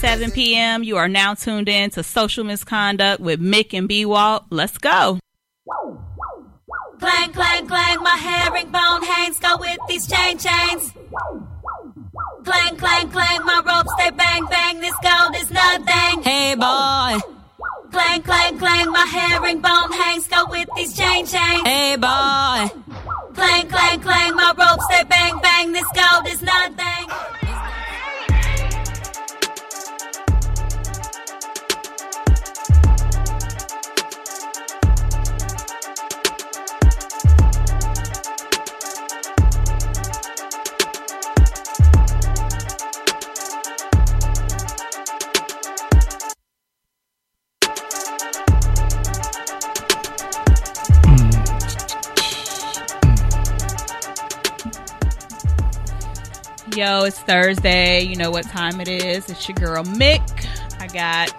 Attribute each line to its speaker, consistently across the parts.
Speaker 1: 7 p.m. You are now tuned in to Social Misconduct with Mick and B Walt. Let's go.
Speaker 2: Clang, clang, clang, my herringbone hangs go with these chain chains. Clang, clang, clang, my ropes they bang, bang, this gold is nothing. Hey boy. Clang, clang, clang, my herringbone hangs go with these chain chains. Hey boy. Clang, clang, clang, my ropes they bang, bang, this gold is nothing.
Speaker 1: Yo, it's Thursday. You know what time it is. It's your girl Mick. I got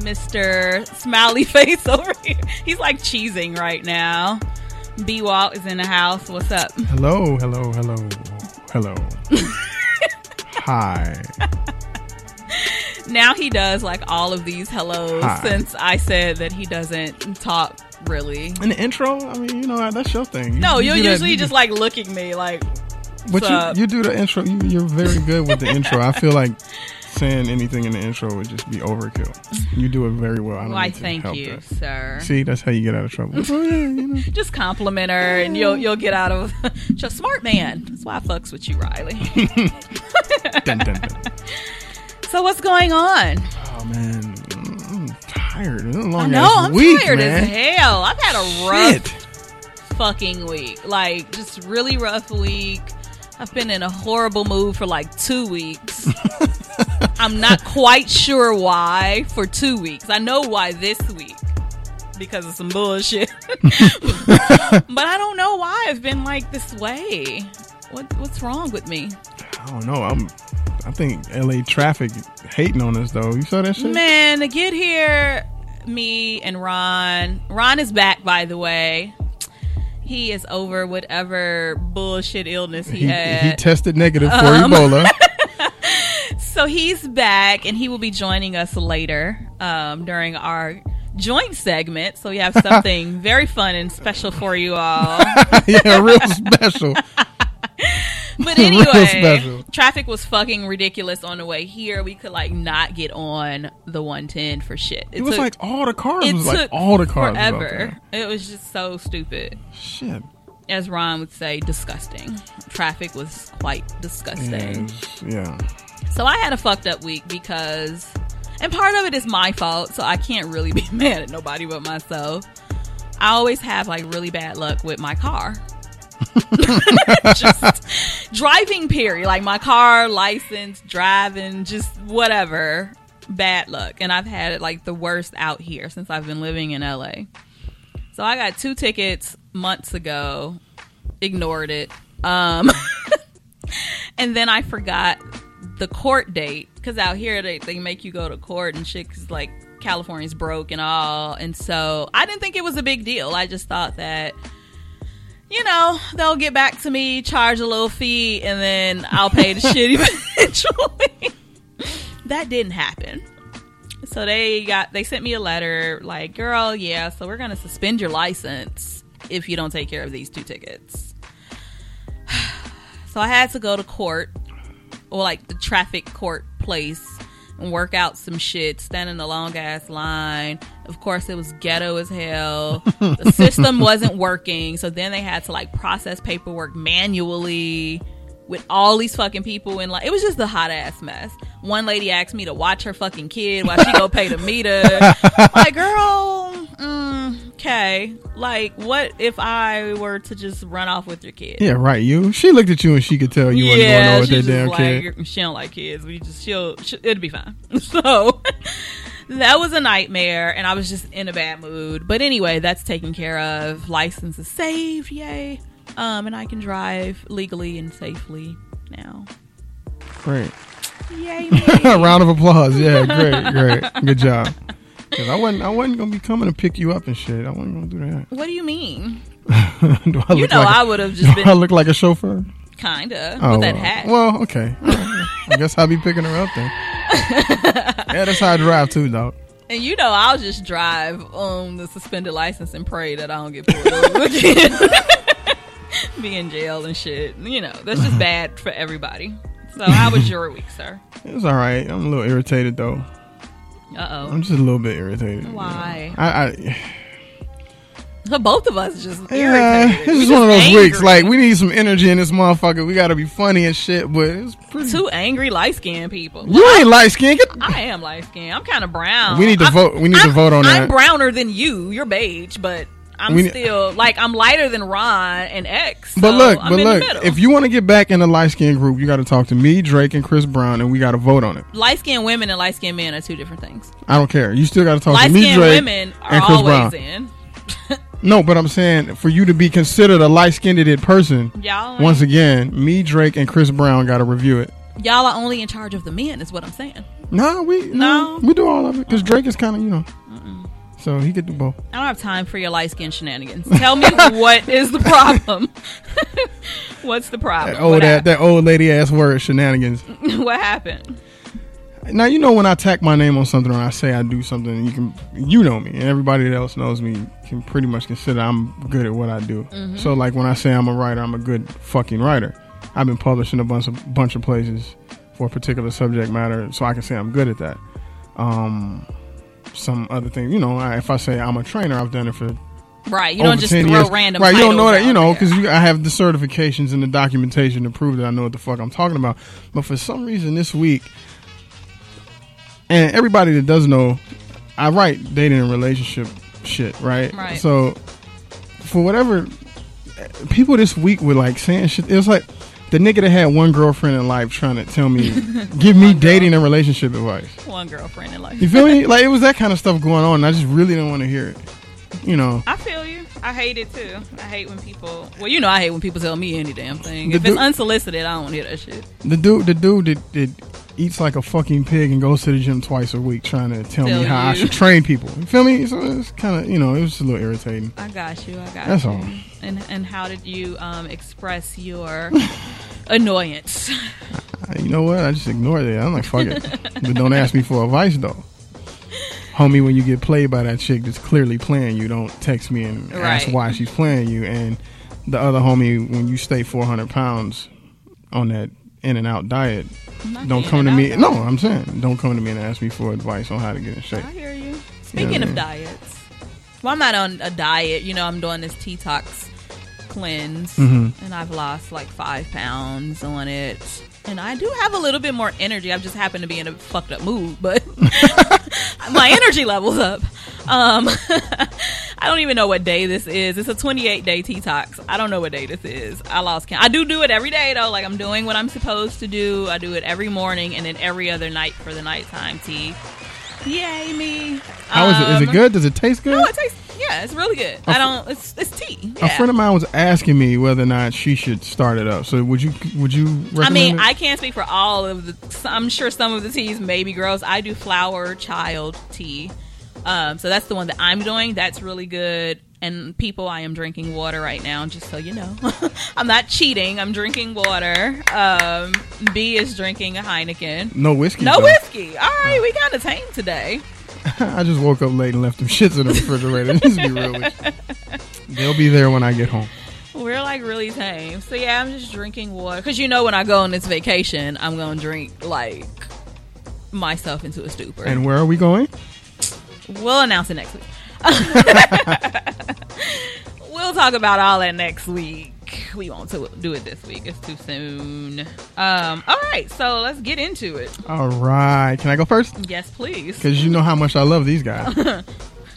Speaker 1: Mr. Smiley Face over here. He's like cheesing right now. B Walt is in the house. What's up?
Speaker 3: Hello, hello, hello, hello. Hi.
Speaker 1: Now he does like all of these hellos
Speaker 3: Hi.
Speaker 1: since I said that he doesn't talk really.
Speaker 3: In the intro, I mean, you know, that's your thing. You-
Speaker 1: No,
Speaker 3: you
Speaker 1: you're
Speaker 3: do that-
Speaker 1: usually
Speaker 3: you
Speaker 1: just like looking me like
Speaker 3: But
Speaker 1: up.
Speaker 3: you, you do the intro. You, you're very good with the intro. I feel like saying anything in the intro would just be overkill. You do it very well. I don't
Speaker 1: Why,
Speaker 3: need to
Speaker 1: thank
Speaker 3: help
Speaker 1: you,
Speaker 3: that.
Speaker 1: sir.
Speaker 3: See, that's how you get out of trouble. Oh, yeah, you know.
Speaker 1: Just compliment her, and you'll you'll get out of. Just smart man. That's why I fucks with you, Riley.
Speaker 3: Dun, dun, dun.
Speaker 1: So what's going on?
Speaker 3: Oh man, Mm, I'm tired. It's a long
Speaker 1: I
Speaker 3: ass
Speaker 1: know I'm
Speaker 3: week,
Speaker 1: tired
Speaker 3: man.
Speaker 1: as hell. I've had a rough
Speaker 3: Shit.
Speaker 1: fucking week. Like just really rough week. I've been in a horrible mood for like two weeks. I'm not quite sure why for two weeks. I know why this week because of some bullshit, but I don't know why I've been like this way. What what's wrong with me,
Speaker 3: I don't know. I'm. I think LA traffic hating on us though. You saw that shit?
Speaker 1: man? To get here, me and Ron. Ron is back, by the way. He is over whatever bullshit illness he,
Speaker 3: he,
Speaker 1: had.
Speaker 3: he tested negative for
Speaker 1: Um.
Speaker 3: Ebola.
Speaker 1: So he's back, and he will be joining us later um, during our joint segment. So we have something very fun and special for you all.
Speaker 3: yeah, real special.
Speaker 1: But
Speaker 3: Real
Speaker 1: anyway,
Speaker 3: special.
Speaker 1: traffic was fucking ridiculous on the way here. We could like not get on the 110 for shit.
Speaker 3: It was
Speaker 1: took-
Speaker 3: like all the cars.
Speaker 1: it
Speaker 3: It was like
Speaker 1: took
Speaker 3: all the cars. was out
Speaker 1: forever.
Speaker 3: there.
Speaker 1: It was just so stupid.
Speaker 3: Shit.
Speaker 1: As Ron would say, disgusting. Traffic was quite disgusting.
Speaker 3: Yeah, it was- yeah.
Speaker 1: So I had a fucked up week because, and part of it is my fault, so I can't really be mad at nobody but myself. I always have like really bad luck with my car. just driving, period. Like my car, license, driving, just whatever. Bad luck. And I've had it like the worst out here since I've been living in LA. So I got two tickets months ago, ignored it. Um, and then I forgot the court date because out here they, they make you go to court and shit 'cause, like California's broke and all. And so I didn't think it was a big deal. I just thought that, you know, they'll get back to me, charge a little fee, and then I'll pay the shit eventually. that didn't happen. So they got they sent me a letter like, girl, yeah, so we're gonna suspend your license if you don't take care of these two tickets. So I had to go to court or like the traffic court place and work out some shit, stand in a long ass line. Of course, it was ghetto as hell. the system wasn't working. So then they had to like process paperwork manually with all these fucking people and like it was just a hot ass mess. One lady asked me to watch her fucking kid while she go pay the meter. like, girl, mm, okay. Like, what if I were to just run off with your kid?
Speaker 3: Yeah, right. You. She looked at you and she could tell you wasn't going on with
Speaker 1: she's
Speaker 3: that damn
Speaker 1: just
Speaker 3: kid.
Speaker 1: like, She don't like kids. We just she'll she, it'll be fine. So that was a nightmare, and I was just in a bad mood. But anyway, that's taken care of. License is saved, yay! Um, and I can drive legally and safely now.
Speaker 3: Great.
Speaker 1: Yay!
Speaker 3: Round of applause. Yeah, great, great. Good job. 'Cause I wasn't, I wasn't gonna be coming to pick you up and shit. I wasn't gonna do that.
Speaker 1: what do you mean?
Speaker 3: do I
Speaker 1: You
Speaker 3: look
Speaker 1: know,
Speaker 3: like a-
Speaker 1: I would have just
Speaker 3: do I
Speaker 1: been
Speaker 3: look like a chauffeur?
Speaker 1: kinda
Speaker 3: Oh,
Speaker 1: with that
Speaker 3: well.
Speaker 1: hat.
Speaker 3: Well, okay. I guess I'll be picking her up then. Yeah, that's how I drive too, dog.
Speaker 1: And you know, I'll just drive on the suspended license and pray that I don't get pulled over again. Be in jail and shit. You know, that's just bad for everybody. So, how was your week, sir?
Speaker 3: It was all right. I'm a little irritated though.
Speaker 1: Uh
Speaker 3: I'm just a little bit irritated. you know.
Speaker 1: Why?
Speaker 3: I, I
Speaker 1: oh. Both of us just
Speaker 3: yeah,
Speaker 1: irritated.
Speaker 3: it's
Speaker 1: We
Speaker 3: just one of those
Speaker 1: angry.
Speaker 3: weeks. Like we need some energy in this motherfucker. We gotta be funny and shit. But it's pretty.
Speaker 1: two angry light skinned people.
Speaker 3: you ain't light skinned.
Speaker 1: I am light skinned. I'm kind of brown.
Speaker 3: We need to
Speaker 1: I'm-
Speaker 3: vote. We need
Speaker 1: I'm,
Speaker 3: to vote on
Speaker 1: I'm
Speaker 3: that.
Speaker 1: browner than you. You're beige, but I'm
Speaker 3: We ne-
Speaker 1: still like I'm lighter than Ron and X.
Speaker 3: But
Speaker 1: so
Speaker 3: look,
Speaker 1: I'm
Speaker 3: but
Speaker 1: in
Speaker 3: look.
Speaker 1: the middle.
Speaker 3: If you want to get back in the light skinned group, you got to talk to me, Drake, and Chris Brown, and we got to vote on it.
Speaker 1: light skinned women and light skinned men are two different things.
Speaker 3: I don't care. You still got to talk Oh, to
Speaker 1: Light
Speaker 3: me,
Speaker 1: skinned
Speaker 3: Drake,
Speaker 1: women are
Speaker 3: and Chris
Speaker 1: always
Speaker 3: Brown.
Speaker 1: in.
Speaker 3: No, but I'm saying for you to be considered a light skinned person,
Speaker 1: Y'all ain't-
Speaker 3: once again, me, Drake, and Chris Brown got to review it.
Speaker 1: Y'all are only in charge of the men, is what I'm saying.
Speaker 3: Nah, we
Speaker 1: No.
Speaker 3: no, we do all of it because Drake is kind of you know, so he could do both.
Speaker 1: I don't have time for your light skinned shenanigans. Tell me what is the problem. What's the problem?
Speaker 3: That old
Speaker 1: what,
Speaker 3: Oh, that, that old lady ass word shenanigans.
Speaker 1: happened? what happened?
Speaker 3: Now you know when I tack my name on something or I say I do something, you can you know me and everybody else knows me can pretty much consider I'm good at what I do. So like when I say I'm a writer, I'm a good fucking writer. I've been publishing a bunch of bunch of places for a particular subject matter, so I can say I'm good at that. Um, some other thing, you know, I, if I say I'm a trainer, I've done it for
Speaker 1: Right, you
Speaker 3: over
Speaker 1: don't just
Speaker 3: 10
Speaker 1: throw
Speaker 3: years.
Speaker 1: random.
Speaker 3: Right, you don't
Speaker 1: titles
Speaker 3: know that,
Speaker 1: out
Speaker 3: you know,
Speaker 1: there.
Speaker 3: because I have the certifications and the documentation to prove that I know what the fuck I'm talking about. But for some reason this week, and everybody that does know, I write dating and relationship shit, right?
Speaker 1: Right.
Speaker 3: So for whatever people this week were like saying shit, it was like the nigga that had one girlfriend in life trying to tell me, give me dating and relationship advice.
Speaker 1: one girlfriend in life.
Speaker 3: You feel me? Like it was that kind of stuff going on. And I just really didn't want to hear it. You know.
Speaker 1: I feel you. I hate it too. I hate when people. Well, you know, I hate when people tell me any damn thing.
Speaker 3: The
Speaker 1: If it's
Speaker 3: dude-
Speaker 1: unsolicited, I don't want to hear that shit.
Speaker 3: The dude, the dude that, that eats like a fucking pig and goes to the gym twice a week, trying to tell
Speaker 1: Tell
Speaker 3: me how I
Speaker 1: you.
Speaker 3: should train people. You feel me? So it's kind of, you know, it was just a little irritating.
Speaker 1: I got you. I got
Speaker 3: That's
Speaker 1: you.
Speaker 3: all.
Speaker 1: And and how did you um, express your annoyance?
Speaker 3: I- you know what? I just ignored it. I'm like, fuck it. but don't ask me for advice though, homie. When you get played by that chick that's clearly playing you, don't text me and ask
Speaker 1: Right.
Speaker 3: why she's playing you. And the other homie, when you stay 400 pounds on that in and out diet,
Speaker 1: Not
Speaker 3: don't
Speaker 1: the
Speaker 3: come
Speaker 1: in
Speaker 3: to
Speaker 1: and
Speaker 3: me.
Speaker 1: out
Speaker 3: No, I'm saying, don't come to me and ask me for advice on how to get in shape.
Speaker 1: diet. I hear you. Speaking
Speaker 3: Yeah,
Speaker 1: of
Speaker 3: man.
Speaker 1: diets, well, I'm not on a diet. You know, I'm doing this detox cleanse, and I've lost like five pounds on it. And I do have a little bit more energy. I've just happened to be in a fucked up mood, but my energy levels up. Um, I don't even know what day this is. It's a 28 day detox. I don't know what day this is. I lost count. I do do it every day though. Like I'm doing what I'm supposed to do. I do it every morning and then every other night for the nighttime tea. Yay me!
Speaker 3: How is it? Is it
Speaker 1: Um,
Speaker 3: good? Does it taste good?
Speaker 1: No, it tastes. Yeah, it's really good. I don't. It's it's tea.
Speaker 3: a
Speaker 1: Yeah.
Speaker 3: friend of mine was asking me whether or not she should start it up. So would you would you recommend
Speaker 1: I mean,
Speaker 3: it?
Speaker 1: I can't speak for all of the. I'm sure some of the teas may be gross. I do flower child tea, um, so that's the one that I'm doing. That's really good. And people, I am drinking water right now, just so you know. I'm not cheating. I'm drinking water. Um, B is drinking a Heineken.
Speaker 3: no whiskey.
Speaker 1: No
Speaker 3: though.
Speaker 1: whiskey. All right, we kind of tame today.
Speaker 3: I just woke up late and left them shits in the refrigerator. Just be real with you. They'll be there when I get home.
Speaker 1: We're like really tame. So yeah, I'm just drinking water because you know when I go on this vacation, I'm gonna drink like myself into a stupor.
Speaker 3: And where are we going?
Speaker 1: We'll announce it next week. we'll talk about all that next week. We won't to- do it this week. It's too soon. Um, all right, so let's get into it.
Speaker 3: All right. Can I go first?
Speaker 1: Yes, please.
Speaker 3: Because you know how much I love these guys.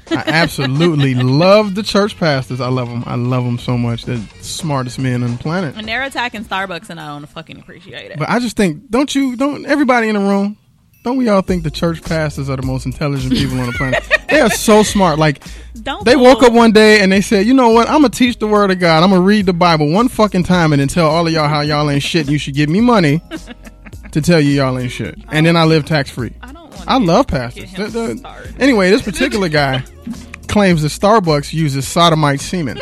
Speaker 3: I absolutely love the church pastors. I love them. I love them so much. They're the smartest men on the planet.
Speaker 1: And they're attacking Starbucks, and I don't fucking appreciate it.
Speaker 3: But I just think, don't you, don't everybody in the room, don't we all think the church pastors are the most intelligent people on the planet? They are so smart. Like,
Speaker 1: Don't
Speaker 3: they
Speaker 1: pull-
Speaker 3: woke up one day and they said, you know what? I'm going to teach the word of God. I'm going to read the Bible one fucking time and then tell all of y'all how y'all ain't shit and you should give me money to tell you y'all ain't shit. And then I live tax free.
Speaker 1: I don't want.
Speaker 3: I love
Speaker 1: Get
Speaker 3: pastors.
Speaker 1: him
Speaker 3: The- the-
Speaker 1: started.
Speaker 3: anyway, this particular guy claims that Starbucks uses sodomite semen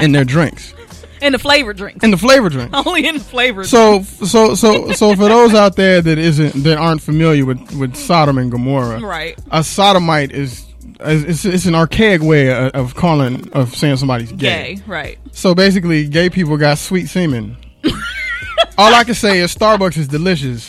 Speaker 3: in their drinks.
Speaker 1: in the flavored drinks.
Speaker 3: and the flavor drink.
Speaker 1: Only in the flavored
Speaker 3: So so so so for those out there that isn't that aren't familiar with with Sodom and Gomorrah,
Speaker 1: drinks. Right.
Speaker 3: a sodomite is it's, it's an archaic way of, of calling of saying somebody's gay.
Speaker 1: Gay. Right.
Speaker 3: So basically, gay people got sweet semen. All I can say is Starbucks is delicious.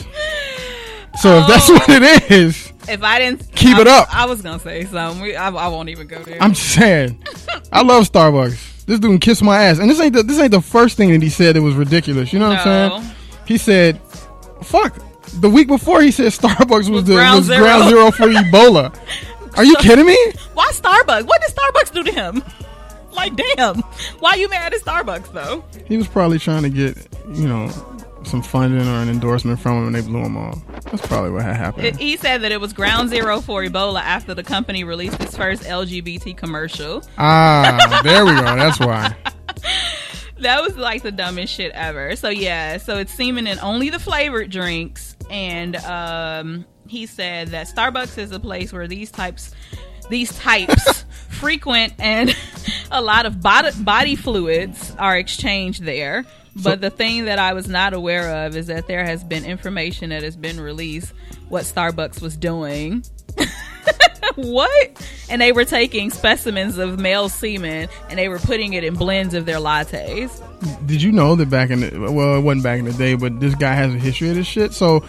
Speaker 3: So if that's
Speaker 1: Oh.
Speaker 3: what it is,
Speaker 1: If I didn't
Speaker 3: Keep
Speaker 1: I-
Speaker 3: it up.
Speaker 1: I was gonna say something. We, I, I won't even go there.
Speaker 3: I'm just saying, I love Starbucks. This dude can kiss my ass, and this ain't the, this ain't the first thing that he said that was ridiculous. You know what I'm
Speaker 1: No.
Speaker 3: saying? He said, "Fuck." The week before, he said Starbucks was,
Speaker 1: Was
Speaker 3: the
Speaker 1: ground
Speaker 3: was
Speaker 1: zero.
Speaker 3: ground zero for Ebola. Are you kidding me?
Speaker 1: Why Starbucks? What did Starbucks do to him? Like, damn. Why you mad at Starbucks though?
Speaker 3: He was probably trying to get, you know, some funding or an endorsement from him, and they blew him off. That's probably what had happened.
Speaker 1: It- he said that it was ground zero for Ebola after the company released its first LGBT commercial.
Speaker 3: ah, there we go. That's why.
Speaker 1: That was like the dumbest shit ever. So yeah, so it's semen in only the flavored drinks, and um, he said that Starbucks is a place where these types, these types, frequent, and a lot of body, body fluids are exchanged there. But the thing that I was not aware of is that there has been information that has been released what Starbucks was doing what? And they were taking specimens of male semen and they were putting it in blends of their lattes.
Speaker 3: Did you know that back in the well, it wasn't back in the day, but this guy has a history of this shit. So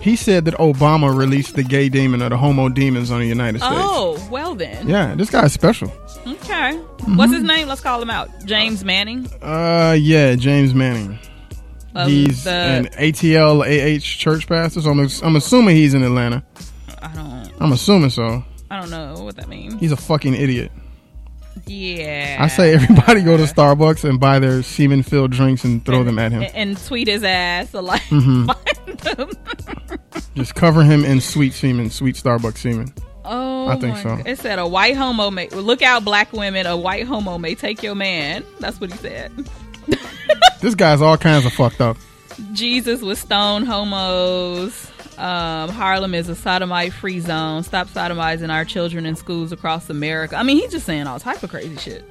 Speaker 3: he said that Obama released the gay demon or the homo demons on the United States.
Speaker 1: Oh, well then.
Speaker 3: Yeah, this guy's special.
Speaker 1: Okay.
Speaker 3: Mm-hmm.
Speaker 1: What's his name? Let's call him out. James Manning.
Speaker 3: Uh, yeah, James Manning.
Speaker 1: of
Speaker 3: he's
Speaker 1: the-
Speaker 3: an ATL AH church pastor. So I'm, I'm assuming he's in Atlanta.
Speaker 1: I don't
Speaker 3: I'm assuming so.
Speaker 1: I don't know what that means.
Speaker 3: He's a fucking idiot.
Speaker 1: Yeah.
Speaker 3: I say everybody go to Starbucks and buy their semen filled drinks and throw them at him. Mm-hmm.
Speaker 1: and, and tweet his ass or like find him.
Speaker 3: Just cover him in sweet semen, sweet Starbucks semen.
Speaker 1: Oh,
Speaker 3: I think
Speaker 1: my
Speaker 3: so.
Speaker 1: God. It said a white homo may look out, black women. A white homo may take your man. That's what he said.
Speaker 3: This guy's all kinds of fucked up.
Speaker 1: Jesus was stone homos. Um, Harlem is a sodomite free zone. Stop sodomizing our children in schools across America. I mean, he's just saying all type of crazy shit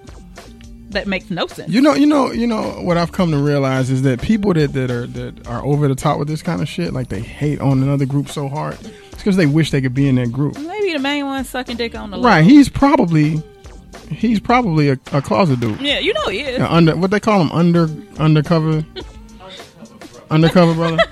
Speaker 1: that makes no sense.
Speaker 3: You know, you know, you know what I've come to realize is that people that, that are that are over the top with this kind of shit, like they hate on another group so hard, it's because they wish they could be in that group.
Speaker 1: Maybe the main one sucking dick on the
Speaker 3: Right? He's probably he's probably a, a closet dude.
Speaker 1: low. Yeah, you know he is.
Speaker 3: Yeah, under what they call him under undercover undercover brother.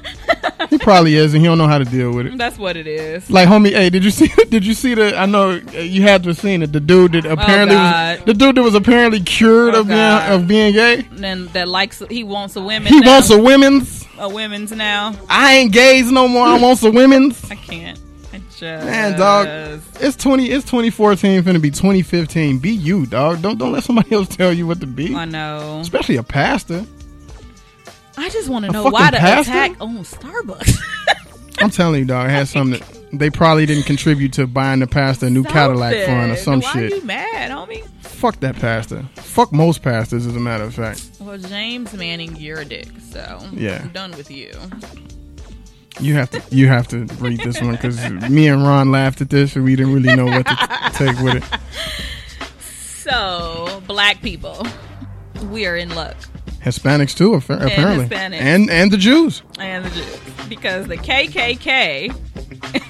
Speaker 3: He probably is, and he don't know how to deal with it.
Speaker 1: That's what it is.
Speaker 3: Like homie, hey, did you see? Did you see the? I know uh, you had to have seen it. The dude that apparently
Speaker 1: Oh,
Speaker 3: was,
Speaker 1: God.
Speaker 3: the dude that was apparently cured
Speaker 1: Oh,
Speaker 3: of being
Speaker 1: God.
Speaker 3: of being gay.
Speaker 1: And then that likes he wants a women.
Speaker 3: He
Speaker 1: now,
Speaker 3: wants a women's.
Speaker 1: a women's now.
Speaker 3: I ain't gays no more. I wants a women's.
Speaker 1: I can't. I just
Speaker 3: Man, dog, it's twenty. It's twenty fourteen. Finna be twenty fifteen. Be you, dog. Don't don't let somebody else tell you what to be.
Speaker 1: I know.
Speaker 3: Especially a pastor.
Speaker 1: I just want to know
Speaker 3: fucking
Speaker 1: why the
Speaker 3: pastor?
Speaker 1: attack on Starbucks.
Speaker 3: I'm telling you, dog. It has something. That, they probably didn't contribute to buying the pastor a new Cadillac fund or some
Speaker 1: Something.
Speaker 3: shit.
Speaker 1: Why you mad, homie?
Speaker 3: Fuck that pastor. Fuck most pastors, as a matter of fact.
Speaker 1: Well, James Manning, you're a dick, so
Speaker 3: Yeah.
Speaker 1: I'm done with you.
Speaker 3: You have to you have to read this one because me and Ron laughed at this and we didn't really know what to t- take with it.
Speaker 1: So, black people, we are in luck,
Speaker 3: Hispanics too, affa- apparently,
Speaker 1: Hispanics.
Speaker 3: and and the Jews.
Speaker 1: and the Jews, because the KKK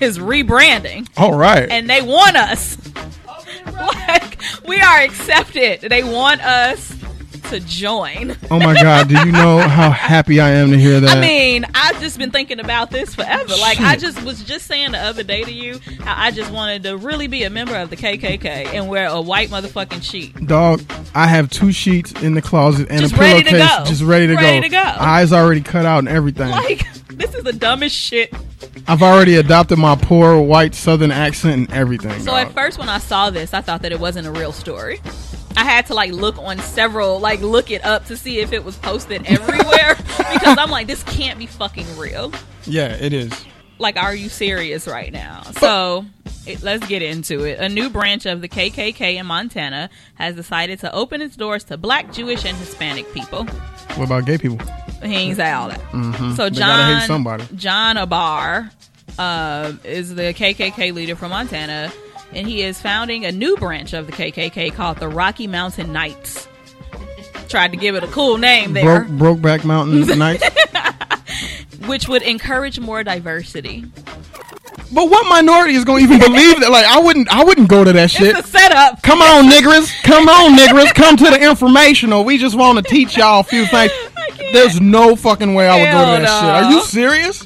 Speaker 1: is rebranding,
Speaker 3: All right,
Speaker 1: and they want us. Like we are accepted. They want us to join.
Speaker 3: oh my God, do you know how happy I am to hear that?
Speaker 1: I mean, I've just been thinking about this forever. Like, I
Speaker 3: Shit.
Speaker 1: just was just saying the other day to you how I just wanted to really be a member of the KKK and wear a white motherfucking sheet.
Speaker 3: Dog, I have two sheets in the closet and
Speaker 1: Just
Speaker 3: a
Speaker 1: ready to
Speaker 3: pillowcase,
Speaker 1: go.
Speaker 3: just ready to
Speaker 1: Ready
Speaker 3: go.
Speaker 1: to go.
Speaker 3: Eyes already cut out and everything.
Speaker 1: Like, this is the dumbest shit.
Speaker 3: I've already adopted my poor white Southern accent and everything.
Speaker 1: So
Speaker 3: dog.
Speaker 1: at first, when I saw this, I thought that it wasn't a real story. I had to like look on several, like look it up to see if it was posted everywhere because I'm like, this can't be fucking real.
Speaker 3: yeah, it is.
Speaker 1: like are you serious right now so it, let's get into it a new branch of the kkk in montana has decided to open its doors to black jewish and hispanic people
Speaker 3: What about gay people?
Speaker 1: he ain't say all that so
Speaker 3: Mm-hmm. They gotta hate
Speaker 1: john
Speaker 3: somebody.
Speaker 1: john abar uh, is the kkk leader from montana and he is founding a new branch of the kkk called the rocky mountain knights tried to give it a cool name there,
Speaker 3: Broke Brokeback Mountain nights.
Speaker 1: which would encourage more diversity.
Speaker 3: But what minority is gonna even believe that? Like I wouldn't I wouldn't go to that shit.
Speaker 1: It's a setup.
Speaker 3: Come on, niggers. Come on, niggers. Come to the informational. We just want to teach y'all a few things.
Speaker 1: can't.
Speaker 3: There's no fucking way I would go
Speaker 1: Hell
Speaker 3: to that shit.
Speaker 1: no.
Speaker 3: Are you serious?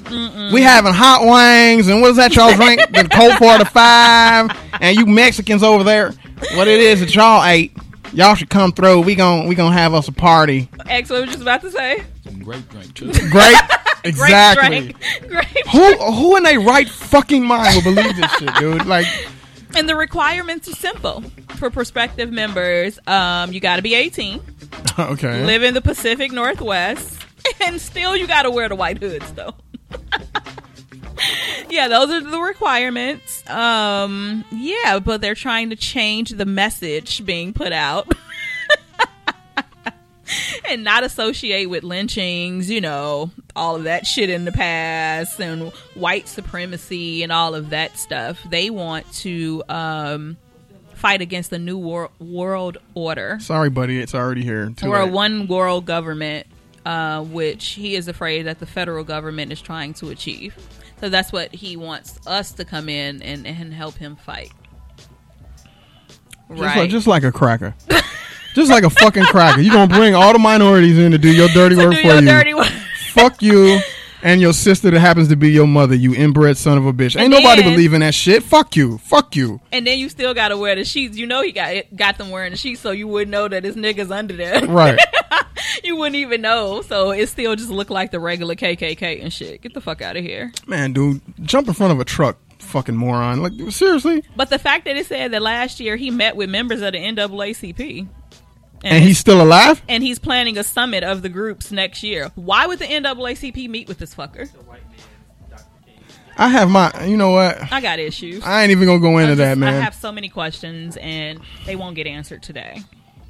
Speaker 3: We having hot wings and what is that y'all drink? the Coke Four to Five, and you Mexicans over there. What it is that y'all ate? Y'all should come through. We gon' we gonna have us a party.
Speaker 1: X, what was you just about to say?
Speaker 4: Some grape drink too.
Speaker 3: Great, exactly.
Speaker 1: Great drink. Great.
Speaker 3: Who who in their right fucking mind would believe this shit, dude? Like,
Speaker 1: And the requirements are simple for prospective members. Um, you got to be 18,
Speaker 3: okay,
Speaker 1: live in the Pacific Northwest, and still you got to wear the white hoods though. yeah, those are the requirements. Um, yeah, but they're trying to change the message being put out. and not associate with lynchings, you know, all of that shit in the past and white supremacy and all of that stuff. They want to um, fight against the new wor- world order
Speaker 3: sorry, buddy, it's already here. Too
Speaker 1: or a
Speaker 3: late.
Speaker 1: one world government, uh, which he is afraid that the federal government is trying to achieve. So that's what he wants us to come in and, and help him fight.
Speaker 3: Just,
Speaker 1: Right.
Speaker 3: like, just like a cracker. just like a fucking cracker. You're going to bring all the minorities in to do your dirty work
Speaker 1: do
Speaker 3: for
Speaker 1: your
Speaker 3: you.
Speaker 1: dirty work.
Speaker 3: Fuck you and your sister that happens to be your mother, you inbred son of a bitch. Ain't
Speaker 1: And
Speaker 3: nobody
Speaker 1: then-
Speaker 3: believing that shit. Fuck you. Fuck you.
Speaker 1: And then you still gotta wear the sheets. You know he got got them wearing the sheets, so you wouldn't know that his niggas under there.
Speaker 3: Right.
Speaker 1: you wouldn't even know. So it still just looked like the regular KKK and shit. Get the fuck out of here.
Speaker 3: Man, dude, jump in front of a truck, fucking moron. Like, seriously?
Speaker 1: But the fact that it said that last year he met with members of the NAACP.
Speaker 3: And he's still alive?
Speaker 1: and he's planning a summit of the groups next year. Why would the NAACP meet with this fucker?
Speaker 3: I have my, you know what?
Speaker 1: I got issues.
Speaker 3: I ain't even going to go into
Speaker 1: I'm
Speaker 3: that,
Speaker 1: just-
Speaker 3: man.
Speaker 1: I have so many questions, and they won't get answered today.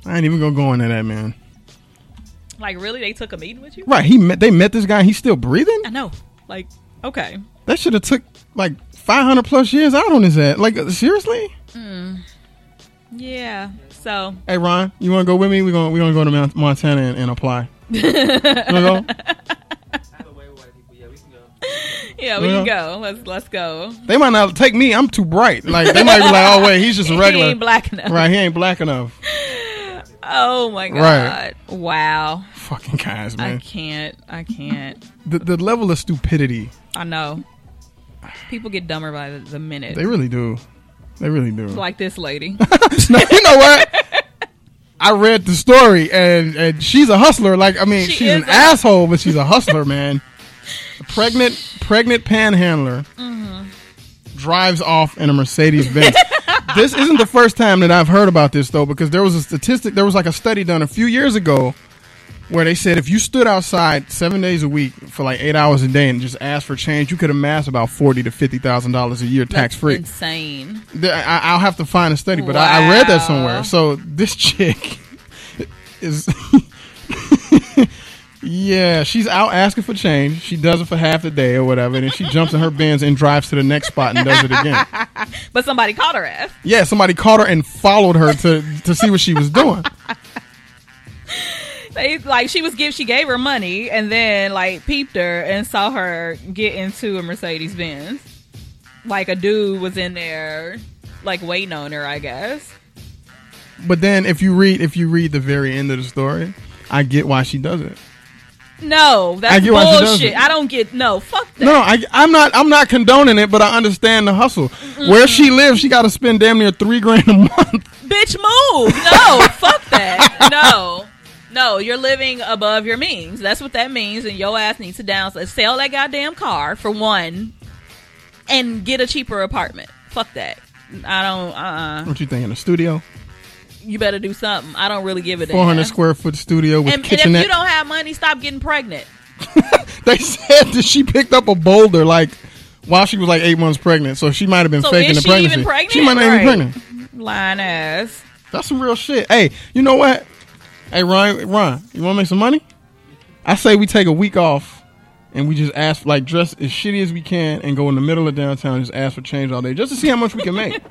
Speaker 3: I ain't even going to go into that, man.
Speaker 1: Like, really? They took a meeting with you?
Speaker 3: Right, he met, they met this guy. and He's still breathing.
Speaker 1: I know. Like, okay.
Speaker 3: That should have took like five hundred plus years out on his head. Like uh, seriously.
Speaker 1: Yeah. So,
Speaker 3: Hey Ron, you want to go with me? We're gonna we're gonna go to Mount- Montana and, and apply. You wanna go?
Speaker 1: yeah, we
Speaker 3: Yeah.
Speaker 1: can go. Let's let's go.
Speaker 3: They might not take me. I'm too bright. Like they might be like, oh wait, he's just a regular.
Speaker 1: He ain't black enough.
Speaker 3: Right, he ain't black enough.
Speaker 1: Oh my god.
Speaker 3: Right.
Speaker 1: Wow.
Speaker 3: Fucking guys,
Speaker 1: I
Speaker 3: man.
Speaker 1: can't. I can't.
Speaker 3: The, the level of stupidity
Speaker 1: I know. People get dumber by the, the minute.
Speaker 3: they really do, they really do.
Speaker 1: like this lady.
Speaker 3: No, you know what? I read the story and and she's a hustler. Like I mean,
Speaker 1: She
Speaker 3: she's an
Speaker 1: is a-
Speaker 3: asshole, but she's a hustler, man. A pregnant pregnant panhandler
Speaker 1: Mm-hmm.
Speaker 3: drives off in a Mercedes Benz. this isn't the first time that I've heard about this though, because there was a statistic. There was like a study done a few years ago where they said if you stood outside seven days a week for like eight hours a day and just asked for change, you could amass about forty to fifty thousand dollars a year tax free.
Speaker 1: Insane.
Speaker 3: Th- I, I'll have to find a study, but I, I read that
Speaker 1: Wow.
Speaker 3: somewhere. So this chick is, yeah, she's out asking for change. She does it for half the day or whatever, and then she jumps in her Benz and drives to the next spot and does it again.
Speaker 1: But somebody caught her ass.
Speaker 3: Yeah, somebody caught her and followed her to to see what she was doing.
Speaker 1: They like she was give she gave her money and then like peeped her and saw her get into a Mercedes Benz. Like a dude was in there, like waiting on her, I guess.
Speaker 3: But then if you read if you read the very end of the story, I get why she does it.
Speaker 1: No, that's
Speaker 3: I get why she does
Speaker 1: bullshit.
Speaker 3: it.
Speaker 1: I don't get no fuck that.
Speaker 3: No, I, I'm not. I'm not condoning it, but I understand the hustle. Where she lives, she got to spend damn near three grand a month.
Speaker 1: Bitch, move. No, fuck that. No. No, you're living above your means. That's what that means, and your ass needs to down sell that goddamn car for one, and get a cheaper apartment. Fuck that. I don't. Uh. uh
Speaker 3: What you think in the studio?
Speaker 1: You better do something. I don't really give a damn.
Speaker 3: four hundred square foot studio
Speaker 1: And,
Speaker 3: with
Speaker 1: and if you
Speaker 3: kitchenette.
Speaker 1: don't have money, stop getting pregnant.
Speaker 3: they said that she picked up a boulder like while she was like eight months pregnant, so she might have been
Speaker 1: So
Speaker 3: faking
Speaker 1: is
Speaker 3: the
Speaker 1: she even
Speaker 3: pregnancy.
Speaker 1: pregnant?
Speaker 3: She might not
Speaker 1: Right.
Speaker 3: even pregnant.
Speaker 1: Lying ass.
Speaker 3: That's some real shit. Hey, you know what? Hey, Ron, Ron, you want to make some money? I say we take a week off and we just ask, like, dress as shitty as we can and go in the middle of downtown and just ask for change all day just to see how much we can make.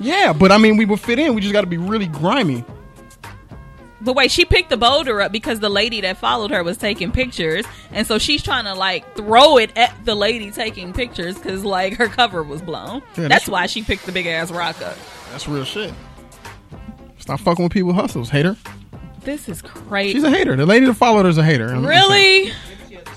Speaker 3: yeah, but I mean, we will fit in. We just got to be really grimy.
Speaker 1: But wait, she picked the boulder up because the lady that followed her was taking pictures, and so she's trying to like throw it at the lady taking pictures because like her cover was blown. that's
Speaker 3: Yeah, that's-
Speaker 1: why she picked the big ass rock up.
Speaker 3: That's real shit. Stop fucking with people hustles, hater.
Speaker 1: This is crazy.
Speaker 3: She's a hater. The lady that followed her is a hater. I'm-
Speaker 1: really?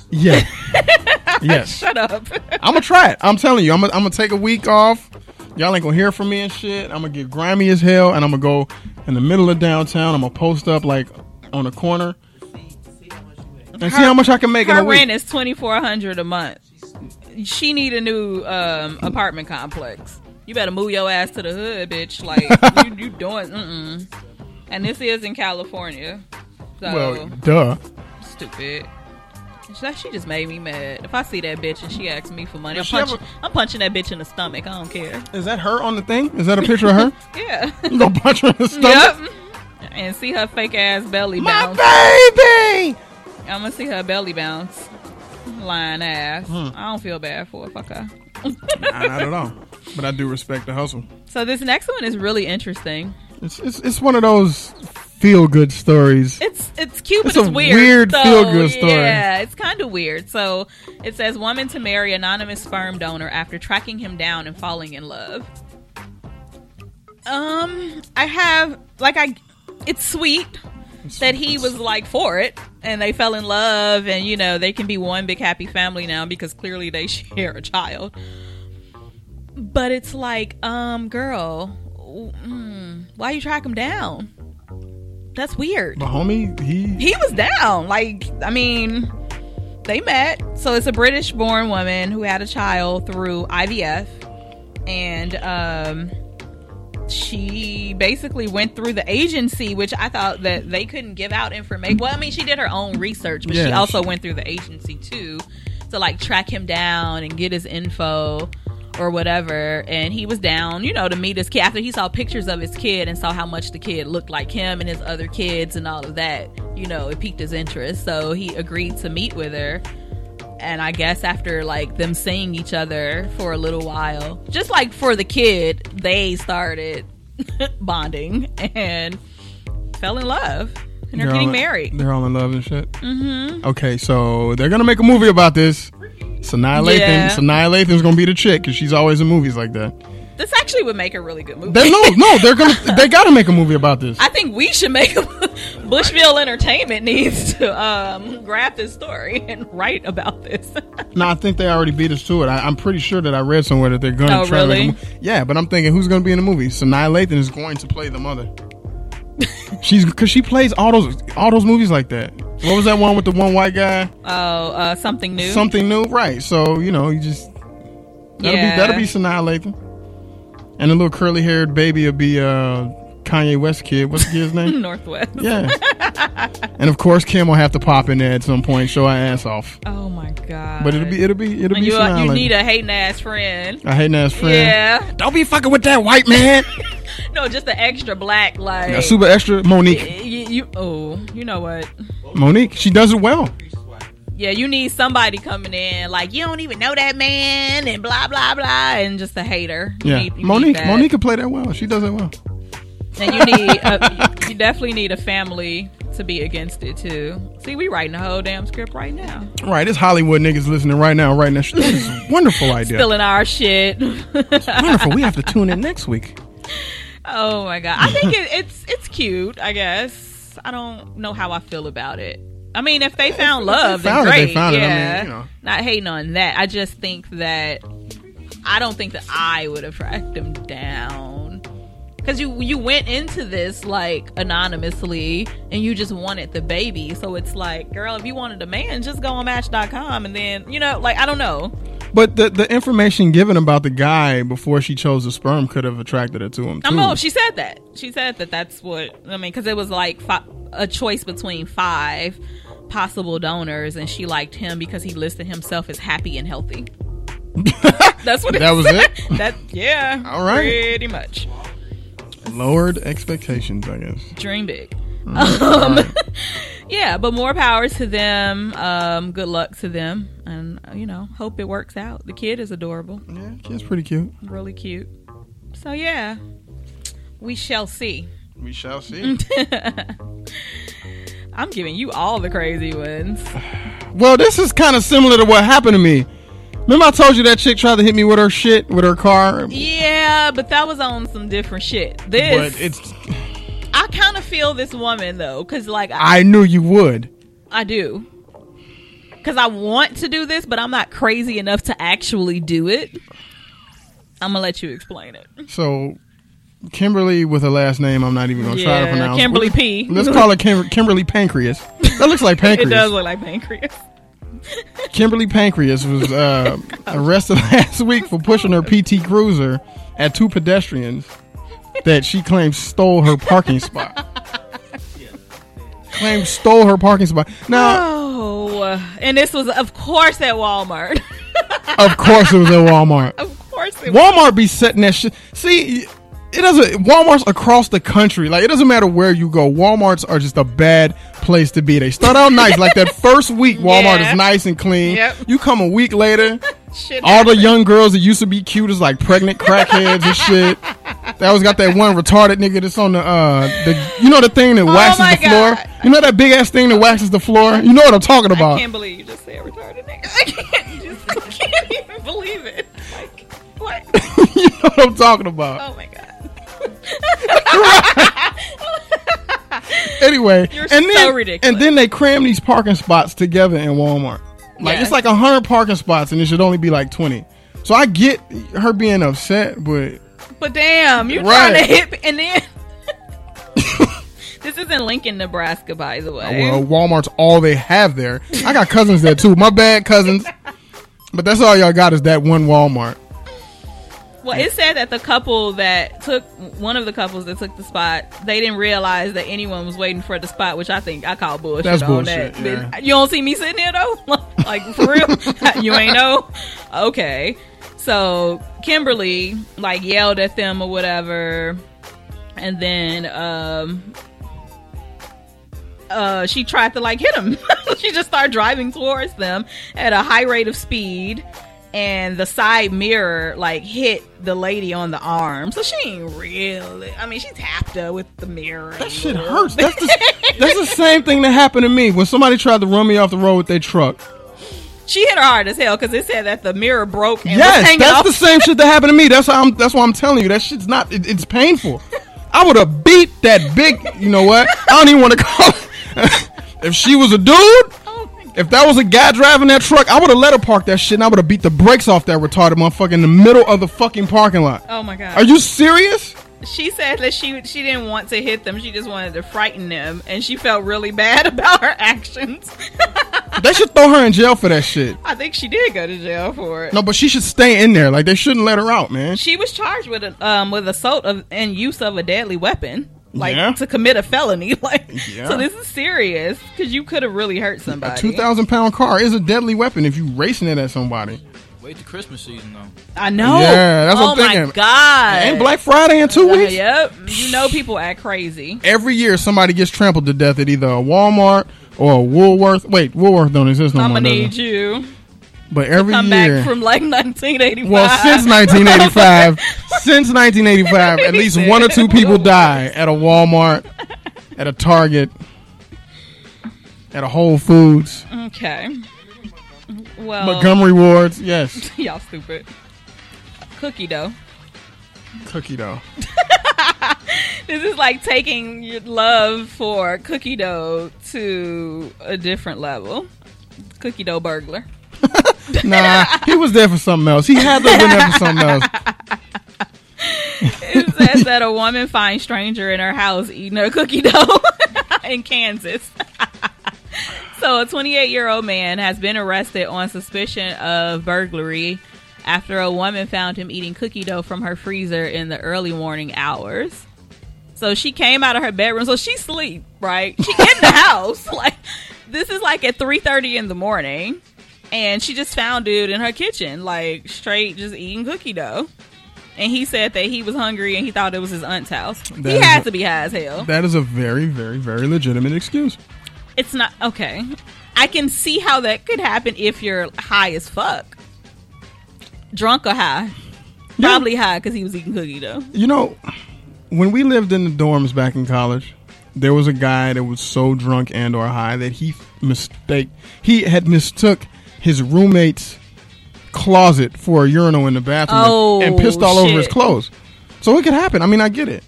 Speaker 3: Yeah. yes.
Speaker 1: Shut up.
Speaker 3: I'm gonna try it. I'm telling you. I'm gonna I'm gonna take a week off. Y'all ain't gonna hear from me and shit. I'm gonna get grimy as hell, and I'm gonna go in the middle of downtown. I'm gonna post up like on a corner and see how much I can make in
Speaker 1: her
Speaker 3: a week.
Speaker 1: rent is twenty four hundred a month. She need a new um, apartment complex. You better move your ass to the hood, bitch. Like you, you doing? Mm-mm. And this is in California, so
Speaker 3: well, duh.
Speaker 1: stupid. She- She just made me mad. If I see that bitch and she asks me for money, I'm
Speaker 3: Does she have
Speaker 1: punching, I'm punching that bitch in the stomach. I don't care.
Speaker 3: Is that her on the thing? Is that a picture of her?
Speaker 1: Yeah.
Speaker 3: You gonna punch her in the stomach?
Speaker 1: yep. And see her fake ass belly
Speaker 3: My
Speaker 1: bounce.
Speaker 3: baby.
Speaker 1: I'm gonna see her belly bounce. Lying ass.
Speaker 3: Hmm.
Speaker 1: I don't feel bad for it. Fuck her.
Speaker 3: nah, not at all. But I do respect the hustle.
Speaker 1: So this next one is really interesting.
Speaker 3: It's it's, it's one of those feel good stories.
Speaker 1: It's it's cute, but
Speaker 3: It's
Speaker 1: it's,
Speaker 3: a
Speaker 1: weird.
Speaker 3: weird
Speaker 1: so,
Speaker 3: feel-good story.
Speaker 1: Yeah, it's kind of weird. So it says woman to marry anonymous sperm donor after tracking him down and falling in love. Um, I have like I, it's sweet that he was like for it and they fell in love and you know they can be one big happy family now because clearly they share a child but it's like um girl w- mm, why you track him down that's weird
Speaker 3: But homie, he
Speaker 1: he was down like i mean they met so it's a british born woman who had a child through ivf and um she basically went through the agency, which I thought that they couldn't give out information. Well, I mean, she did her own research, but she
Speaker 3: Yeah.
Speaker 1: also went through the agency too to like track him down and get his info or whatever. And he was down, you know, to meet his kid after he saw pictures of his kid and saw how much the kid looked like him and his other kids and all of that. You know, it piqued his interest, so he agreed to meet with her and I guess after like them seeing each other for a little while, just like for the kid, they started bonding and fell in love and are
Speaker 3: They're
Speaker 1: getting
Speaker 3: all in-
Speaker 1: married.
Speaker 3: They're all in love and shit. Mm-hmm. Okay, so they're gonna make a movie about this. Sanaa Lathan.
Speaker 1: Yeah.
Speaker 3: Sanaa Lathan's gonna be the chick because she's always in movies like that.
Speaker 1: This actually would make a really good movie.
Speaker 3: They, no, no, they're gonna. They gotta make a movie about this.
Speaker 1: I think we should make a Bushville Entertainment needs to um, grab this story and write about this.
Speaker 3: no, I think they already beat us to it. I, I'm pretty sure that I read somewhere that they're gonna
Speaker 1: Oh,
Speaker 3: try to
Speaker 1: really?
Speaker 3: make a movie. Yeah, but I'm thinking who's gonna be in the movie? Sanaa Lathan is going to play the mother. she's because she plays all those all those movies like that. What was that one with the one white guy?
Speaker 1: oh, uh, something new.
Speaker 3: Something new, right? So you know, you just That'll
Speaker 1: yeah.
Speaker 3: be that'll be Sanaa Lathan. And the little curly haired baby will be uh, Kanye West kid. What's the kid's name?
Speaker 1: Northwest.
Speaker 3: yeah. and of course Kim will have to pop in there at some point, show her ass off.
Speaker 1: Oh my god.
Speaker 3: But it'll be it'll be it'll
Speaker 1: And
Speaker 3: be
Speaker 1: you, uh,
Speaker 3: Sanaa
Speaker 1: you
Speaker 3: Lathan.
Speaker 1: need a hating ass friend.
Speaker 3: I hate ass friend.
Speaker 1: Yeah.
Speaker 3: Don't be fucking with that white man.
Speaker 1: No, just the extra black, like
Speaker 3: Yeah, super extra Monique.
Speaker 1: You, you- oh, you know what?
Speaker 3: Monique, she does it well.
Speaker 1: Yeah, you need somebody coming in like you don't even know that man and blah blah blah and just a hater. You
Speaker 3: Yeah.
Speaker 1: need- you need
Speaker 3: Monique
Speaker 1: that.
Speaker 3: Monique can play that well. She does it well.
Speaker 1: And you need a, you definitely need a family to be against it too. See, we writing the whole damn script right now,
Speaker 3: Right, it's Hollywood niggas listening right now, right now. This is a wonderful idea.
Speaker 1: filling our shit.
Speaker 3: wonderful. We have to tune in next week.
Speaker 1: oh my god, I think it, it's it's cute. I guess I don't know how I feel about it. I mean, if they found love, then
Speaker 3: found it, they
Speaker 1: great.
Speaker 3: found it. I mean,
Speaker 1: yeah,
Speaker 3: you know.
Speaker 1: not hating on that. I just think that I don't think that I would have tracked him down because you you went into this like anonymously and you just wanted the baby. So it's like, girl, if you wanted a man, just go on Match.com and then you know, like I don't know.
Speaker 3: But the, the information given about the guy before she chose the sperm could have attracted her to him. Too.
Speaker 1: I'm old. She said that. She said that that's what I mean because it was like fi- a choice between five possible donors, and she liked him because he listed himself as happy and healthy. that's what it
Speaker 3: That was
Speaker 1: said.
Speaker 3: it?
Speaker 1: That yeah.
Speaker 3: All right.
Speaker 1: Pretty much.
Speaker 3: Lowered expectations, I guess.
Speaker 1: Dream big.
Speaker 3: Mm,
Speaker 1: Um, yeah, but more power to them. Um, good luck to them, and uh, you know, hope it works out. The kid is adorable,
Speaker 3: Yeah, she's pretty cute.
Speaker 1: really cute. So yeah, we shall see.
Speaker 3: We shall see.
Speaker 1: I'm giving you all the crazy ones.
Speaker 3: well, this is kind of similar to what happened to me. Remember, I told you that chick tried to hit me with her shit, with her car.
Speaker 1: Yeah, but that was on some different shit. This,
Speaker 3: But it's,
Speaker 1: I kind of feel this woman though, because like I,
Speaker 3: I knew you would.
Speaker 1: I do, because I want to do this, but I'm not crazy enough to actually do it. I'm gonna let you explain it.
Speaker 3: So, Kimberly with a last name I'm not even going to try to
Speaker 1: Yeah,
Speaker 3: pronounce.
Speaker 1: Kimberly P.
Speaker 3: Let's call her Kim- Kimberly Pancreas. That looks like
Speaker 1: It
Speaker 3: pancreas.
Speaker 1: does look like pancreas.
Speaker 3: Kimberly Pancreas was uh,
Speaker 1: Oh.
Speaker 3: arrested last week for pushing her PT Cruiser at two pedestrians that she claims stole her parking spot. Claims stole her parking spot. Now,
Speaker 1: Oh, and this was, of course, at Walmart.
Speaker 3: of course, it was at Walmart.
Speaker 1: of course, it was.
Speaker 3: Walmart be setting that shit. See, it doesn't. Walmart's across the country. Like it doesn't matter where you go. Walmart's are just a bad place to be. They start out nice. Like that first week, Walmart
Speaker 1: Yeah.
Speaker 3: is nice and clean.
Speaker 1: Yep.
Speaker 3: You come a week later.
Speaker 1: Shit
Speaker 3: All the young girls that used to be cute is like pregnant crackheads and shit. That was got that one retarded nigga that's on the uh the you know the thing that waxes
Speaker 1: Oh my
Speaker 3: the floor.
Speaker 1: God.
Speaker 3: You know that big ass thing that waxes the floor. You know what I'm talking
Speaker 1: I
Speaker 3: about.
Speaker 1: can't believe you just said retarded nigga. I can't just I can't even believe it. Like what?
Speaker 3: you know what I'm talking about.
Speaker 1: Oh my god.
Speaker 3: anyway,
Speaker 1: You're
Speaker 3: and
Speaker 1: so
Speaker 3: then
Speaker 1: ridiculous.
Speaker 3: and then they cram these parking spots together in Walmart. Like
Speaker 1: Yeah.
Speaker 3: it's like hundred parking spots, and it should only be like twenty. So I get her being upset, but
Speaker 1: But damn, you're
Speaker 3: Right.
Speaker 1: trying to hit and then This is in Lincoln, Nebraska, by the way.
Speaker 3: well, Walmart's all they have there. I got cousins there too. My bad cousins, but that's all y'all got is that one Walmart.
Speaker 1: Well, it said that the couple that took one of the couples that took the spot, they didn't realize that anyone was waiting for the spot, which I think I call bullshit.
Speaker 3: That's
Speaker 1: on
Speaker 3: bullshit,
Speaker 1: That.
Speaker 3: yeah.
Speaker 1: But You don't see me sitting there though, like for real. you ain't know. Okay, so Kimberly like yelled at them or whatever, and then um, uh, she tried to like hit him. she just started driving towards them at a high rate of speed, and the side mirror like hit the lady on the arm. So she ain't really. I mean, she tapped her with the mirror.
Speaker 3: That shit hurts. That's the, that's the same thing that happened to me when somebody tried to run me off the road with their truck.
Speaker 1: She hit her hard as hell because it said that the mirror broke. And was
Speaker 3: Yes,
Speaker 1: hanging
Speaker 3: that's
Speaker 1: off.
Speaker 3: the same shit that happened to me. That's how I'm. That's why I'm telling you that shit's not. It, it's painful. I would have beat that big. You know what? I don't even want to call. It. if she was a dude,
Speaker 1: Oh my God.
Speaker 3: if that was a guy driving that truck, I would have let her park that shit, and I would have beat the brakes off that retarded motherfucker in the middle of the fucking parking lot.
Speaker 1: Oh my god!
Speaker 3: Are you serious?
Speaker 1: she said that she she didn't want to hit them. She just wanted to frighten them, and she felt really bad about her actions.
Speaker 3: They should throw her in jail for that shit.
Speaker 1: I think she did go to jail for it.
Speaker 3: No, but she should stay in there. Like they shouldn't let her out, man.
Speaker 1: She was charged with an, um with assault of and use of a deadly weapon, like
Speaker 3: Yeah.
Speaker 1: to commit a felony. Like,
Speaker 3: Yeah.
Speaker 1: so this is serious because you could have really hurt somebody.
Speaker 3: A two thousand pound car is a deadly weapon if you racing it at somebody.
Speaker 4: Wait to Christmas season though.
Speaker 1: I know.
Speaker 3: Yeah, that's
Speaker 1: oh
Speaker 3: what I'm thinking.
Speaker 1: my god.
Speaker 3: Ain't Black Friday in two
Speaker 1: Uh,
Speaker 3: weeks?
Speaker 1: Yep. You know people act crazy.
Speaker 3: every year somebody gets trampled to death at either a Walmart or a Woolworth. Wait, Woolworth don't exist no
Speaker 1: I'm
Speaker 3: more.
Speaker 1: gonna
Speaker 3: does
Speaker 1: need
Speaker 3: it?
Speaker 1: you
Speaker 3: But every
Speaker 1: come
Speaker 3: year,
Speaker 1: back from like 1985.
Speaker 3: well, since 1985, since 1985, at least one or two people die at a Walmart, at a Target, at a Whole Foods,
Speaker 1: Oh. okay. Well,
Speaker 3: Montgomery Wards. Yes,
Speaker 1: y'all stupid. Cookie dough.
Speaker 3: cookie dough.
Speaker 1: This is like taking your love for cookie dough to a different level. Cookie dough burglar.
Speaker 3: Nah, he was there for something else. He had to have been there for something else.
Speaker 1: It says that a woman finds stranger in her house eating her cookie dough in Kansas. so a 28 year old man has been arrested on suspicion of burglary after a woman found him eating cookie dough from her freezer in the early morning hours. So she came out of her bedroom. So she sleep right. She in the house. Like this is like at three thirty in the morning, and she just found dude in her kitchen, like straight just eating cookie dough. And he said that he was hungry and he thought it was his aunt's house.
Speaker 3: That
Speaker 1: he
Speaker 3: is-
Speaker 1: had to be high as hell.
Speaker 3: That is a very, very, very legitimate excuse.
Speaker 1: it's not okay. I can see how that could happen if you're high as fuck, drunk or high.
Speaker 3: Yeah.
Speaker 1: Probably high because he was eating cookie dough.
Speaker 3: you know, when we lived in the dorms back in college, there was a guy that was so drunk and or high that he mistake he had mistook his roommate's closet for a urinal in the bathroom and-
Speaker 1: Oh,
Speaker 3: and pissed all over his
Speaker 1: shit.
Speaker 3: clothes. So it could happen. I mean, I get it.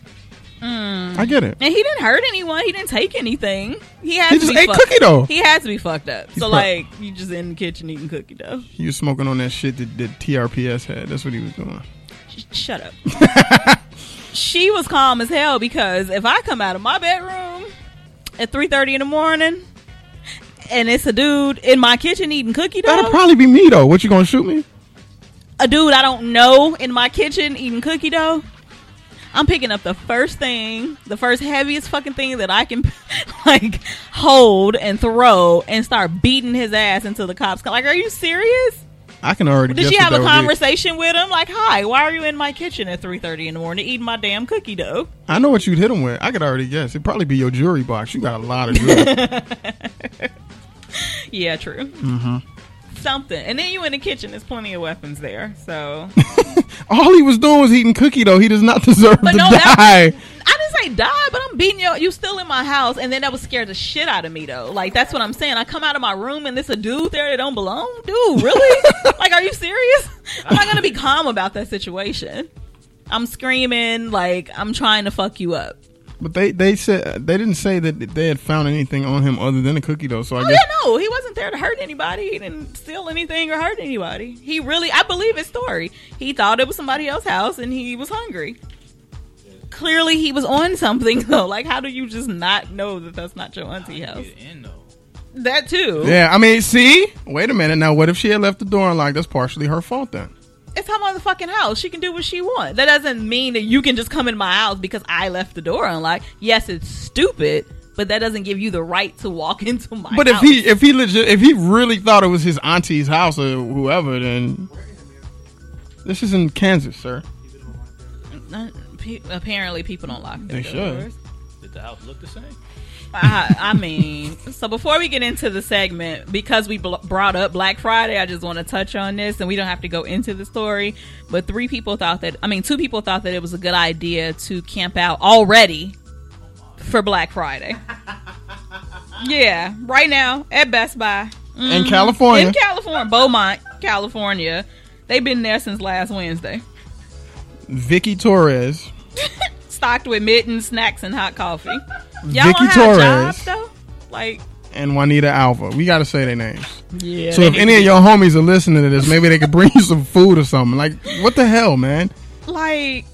Speaker 1: Hmm.
Speaker 3: I get it.
Speaker 1: And he didn't hurt anyone. He didn't take anything. He had
Speaker 3: He
Speaker 1: to
Speaker 3: just
Speaker 1: be
Speaker 3: ate
Speaker 1: fucked.
Speaker 3: cookie dough.
Speaker 1: He had to be fucked up. so
Speaker 3: fucked.
Speaker 1: like you just in the kitchen eating cookie dough.
Speaker 3: He was smoking on that shit that, that TRPS had. That's what he was doing.
Speaker 1: Sh- Shut up. she was calm as hell because if I come out of my bedroom at three thirty in the morning and it's a dude in my kitchen eating cookie dough,
Speaker 3: That'll probably be me though. What you gonna shoot me?
Speaker 1: a dude I don't know in my kitchen eating cookie dough. I'm picking up the first thing, the first heaviest fucking thing that I can like hold and throw and start beating his ass until the cops come. Like, are you serious?
Speaker 3: I can already.
Speaker 1: Did
Speaker 3: guess
Speaker 1: she
Speaker 3: what
Speaker 1: have a
Speaker 3: that would be.
Speaker 1: conversation with him? Like, hi, why are you in my kitchen at 3:30 in the morning eating my damn cookie dough?
Speaker 3: I know what you'd hit him with. I could already guess. It'd probably be your jewelry box. You got a lot of jewelry.
Speaker 1: Yeah, true.
Speaker 3: Mm-hmm.
Speaker 1: Something, and then you in the kitchen. There's plenty of weapons there. So
Speaker 3: All he was doing was eating cookie though. He does not deserve
Speaker 1: But
Speaker 3: to
Speaker 1: no,
Speaker 3: die.
Speaker 1: that- I didn't say die, but I'm beating you. You still in my house, and then that was scared the shit out of me though. Like that's what I'm saying. I come out of my room and there's a dude there that don't belong. Dude, really? like, are you serious? I'm not gonna be calm about that situation. I'm screaming like I'm trying to fuck you up.
Speaker 3: But they they said they didn't say that they had found anything on him other than a cookie though. So I
Speaker 1: Oh
Speaker 3: guess
Speaker 1: yeah, no, he wasn't there to hurt anybody. He didn't steal anything or hurt anybody. He really, I believe his story. He thought it was somebody else's house, and he was hungry. Clearly, he was on something though. Like, how do you just not know that that's not your auntie house?
Speaker 4: Get in though.
Speaker 1: That too.
Speaker 3: yeah. I mean, see, wait a minute. Now, what if she had left the door unlocked? That's partially her fault then.
Speaker 1: It's her motherfucking house. She can do what she wants. That doesn't mean that you can just come in my house because I left the door unlocked. Yes, it's stupid, but that doesn't give you the right to walk into my.
Speaker 3: But if
Speaker 1: house.
Speaker 3: he if he legit if he really thought it was his auntie's house or whoever, then this is in Kansas, sir.
Speaker 1: Uh, pe- apparently people don't lock their
Speaker 3: They should.
Speaker 1: doors.
Speaker 4: Did the house look the same?
Speaker 1: I, I mean, so before we get into the segment, because we bl- brought up Black Friday, I just want to touch on this, and we don't have to go into the story. But three people thought that, I mean, two people thought that it was a good idea to camp out already for Black Friday. yeah, right now at Best Buy
Speaker 3: In California,
Speaker 1: Mm-hmm. in California, Beaumont, California. They've been there since last Wednesday,
Speaker 3: Vicky Torres.
Speaker 1: stocked with mittens, snacks, and hot coffee. Y'all
Speaker 3: Vicky
Speaker 1: don't have jobs
Speaker 3: Torres.
Speaker 1: though, like.
Speaker 3: and Juanita Alva. We got to say their names.
Speaker 1: Yeah.
Speaker 3: So if any of your homies are listening to this, maybe they could bring you some food or something. Like, what the hell, man?
Speaker 1: like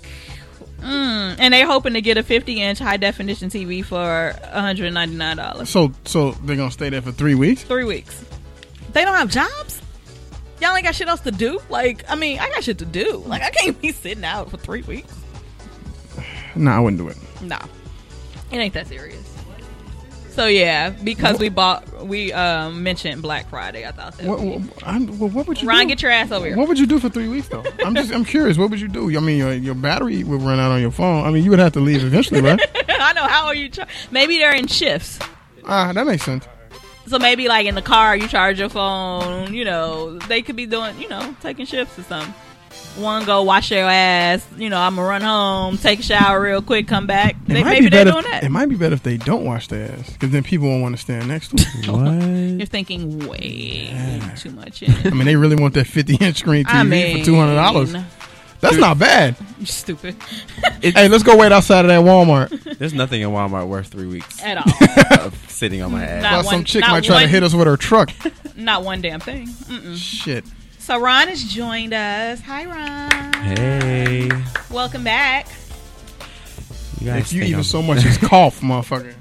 Speaker 1: mm, and they're hoping to get a 50 inch high definition tv for $199
Speaker 3: So, so they're gonna stay there for three weeks.
Speaker 1: three weeks they don't have jobs y'all ain't got shit else to do like i mean i got shit to do like i can't be sitting out for three weeks
Speaker 3: No, I wouldn't do it.
Speaker 1: nah it ain't that serious so yeah because we bought we um mentioned black friday i thought that
Speaker 3: What, what, I'm, well, what would you?
Speaker 1: ryan
Speaker 3: do?
Speaker 1: get your ass over here
Speaker 3: What would you do for three weeks though? I'm just, I'm curious. What would you do? I mean, your, your battery would run out on your phone. I mean, you would have to leave eventually, right?
Speaker 1: i know how are you char- maybe they're in shifts
Speaker 3: Ah, that makes sense.
Speaker 1: So maybe like in the car, you charge your phone. You know, they could be doing, you know, taking shifts or something. One go wash your ass. You know, I'm gonna run home, take a shower real quick, come back.
Speaker 3: It
Speaker 1: They,
Speaker 3: might
Speaker 1: maybe
Speaker 3: be
Speaker 1: they're
Speaker 3: better.
Speaker 1: doing
Speaker 3: if-
Speaker 1: that.
Speaker 3: It might be better if they don't wash their ass, because then people won't want to stand next to them.
Speaker 1: You're
Speaker 5: What?
Speaker 1: thinking way too much.
Speaker 3: I mean, they really want that 50 inch screen TV
Speaker 1: I mean,
Speaker 3: for two hundred dollars. That's not bad.
Speaker 1: you Stupid
Speaker 3: Hey, let's go wait outside of that Walmart.
Speaker 5: There's nothing in Walmart worth three weeks
Speaker 1: at all.
Speaker 5: of sitting on my ass.
Speaker 1: Not
Speaker 3: Plus, some
Speaker 1: one-
Speaker 3: chick
Speaker 1: not
Speaker 3: might try to
Speaker 1: one-
Speaker 3: hit us with her truck.
Speaker 1: Not one damn thing. Mm-mm.
Speaker 3: Shit.
Speaker 1: So Ron has joined us. Hi, Ron.
Speaker 5: Hey, you
Speaker 1: Welcome back.
Speaker 5: guys
Speaker 3: If you
Speaker 5: think
Speaker 3: even
Speaker 5: I'm-
Speaker 3: so much as cough, motherfucker.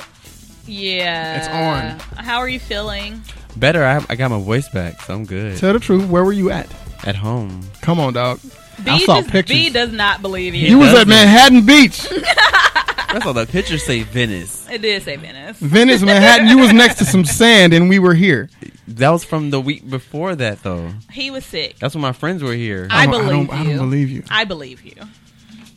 Speaker 1: Yeah, it's on. How are you feeling?
Speaker 5: better, I, I got my voice back, so I'm good
Speaker 3: Tell the truth. Where were you at?
Speaker 5: at home.
Speaker 3: Come on, dog. I
Speaker 1: B,
Speaker 3: saw
Speaker 1: just- B
Speaker 3: pictures.
Speaker 1: does not believe you.
Speaker 3: you was at
Speaker 5: doesn't.
Speaker 3: Manhattan Beach,
Speaker 5: That's all the pictures say Venice.
Speaker 1: It did say Venice.
Speaker 3: Venice, Manhattan. You was next to some sand, and we were here.
Speaker 5: That was from the week before that, though.
Speaker 1: He was sick.
Speaker 5: That's when my friends were here.
Speaker 1: I
Speaker 3: don't- I
Speaker 1: believe
Speaker 3: don't, I
Speaker 1: you.
Speaker 3: don't believe you.
Speaker 1: I believe you.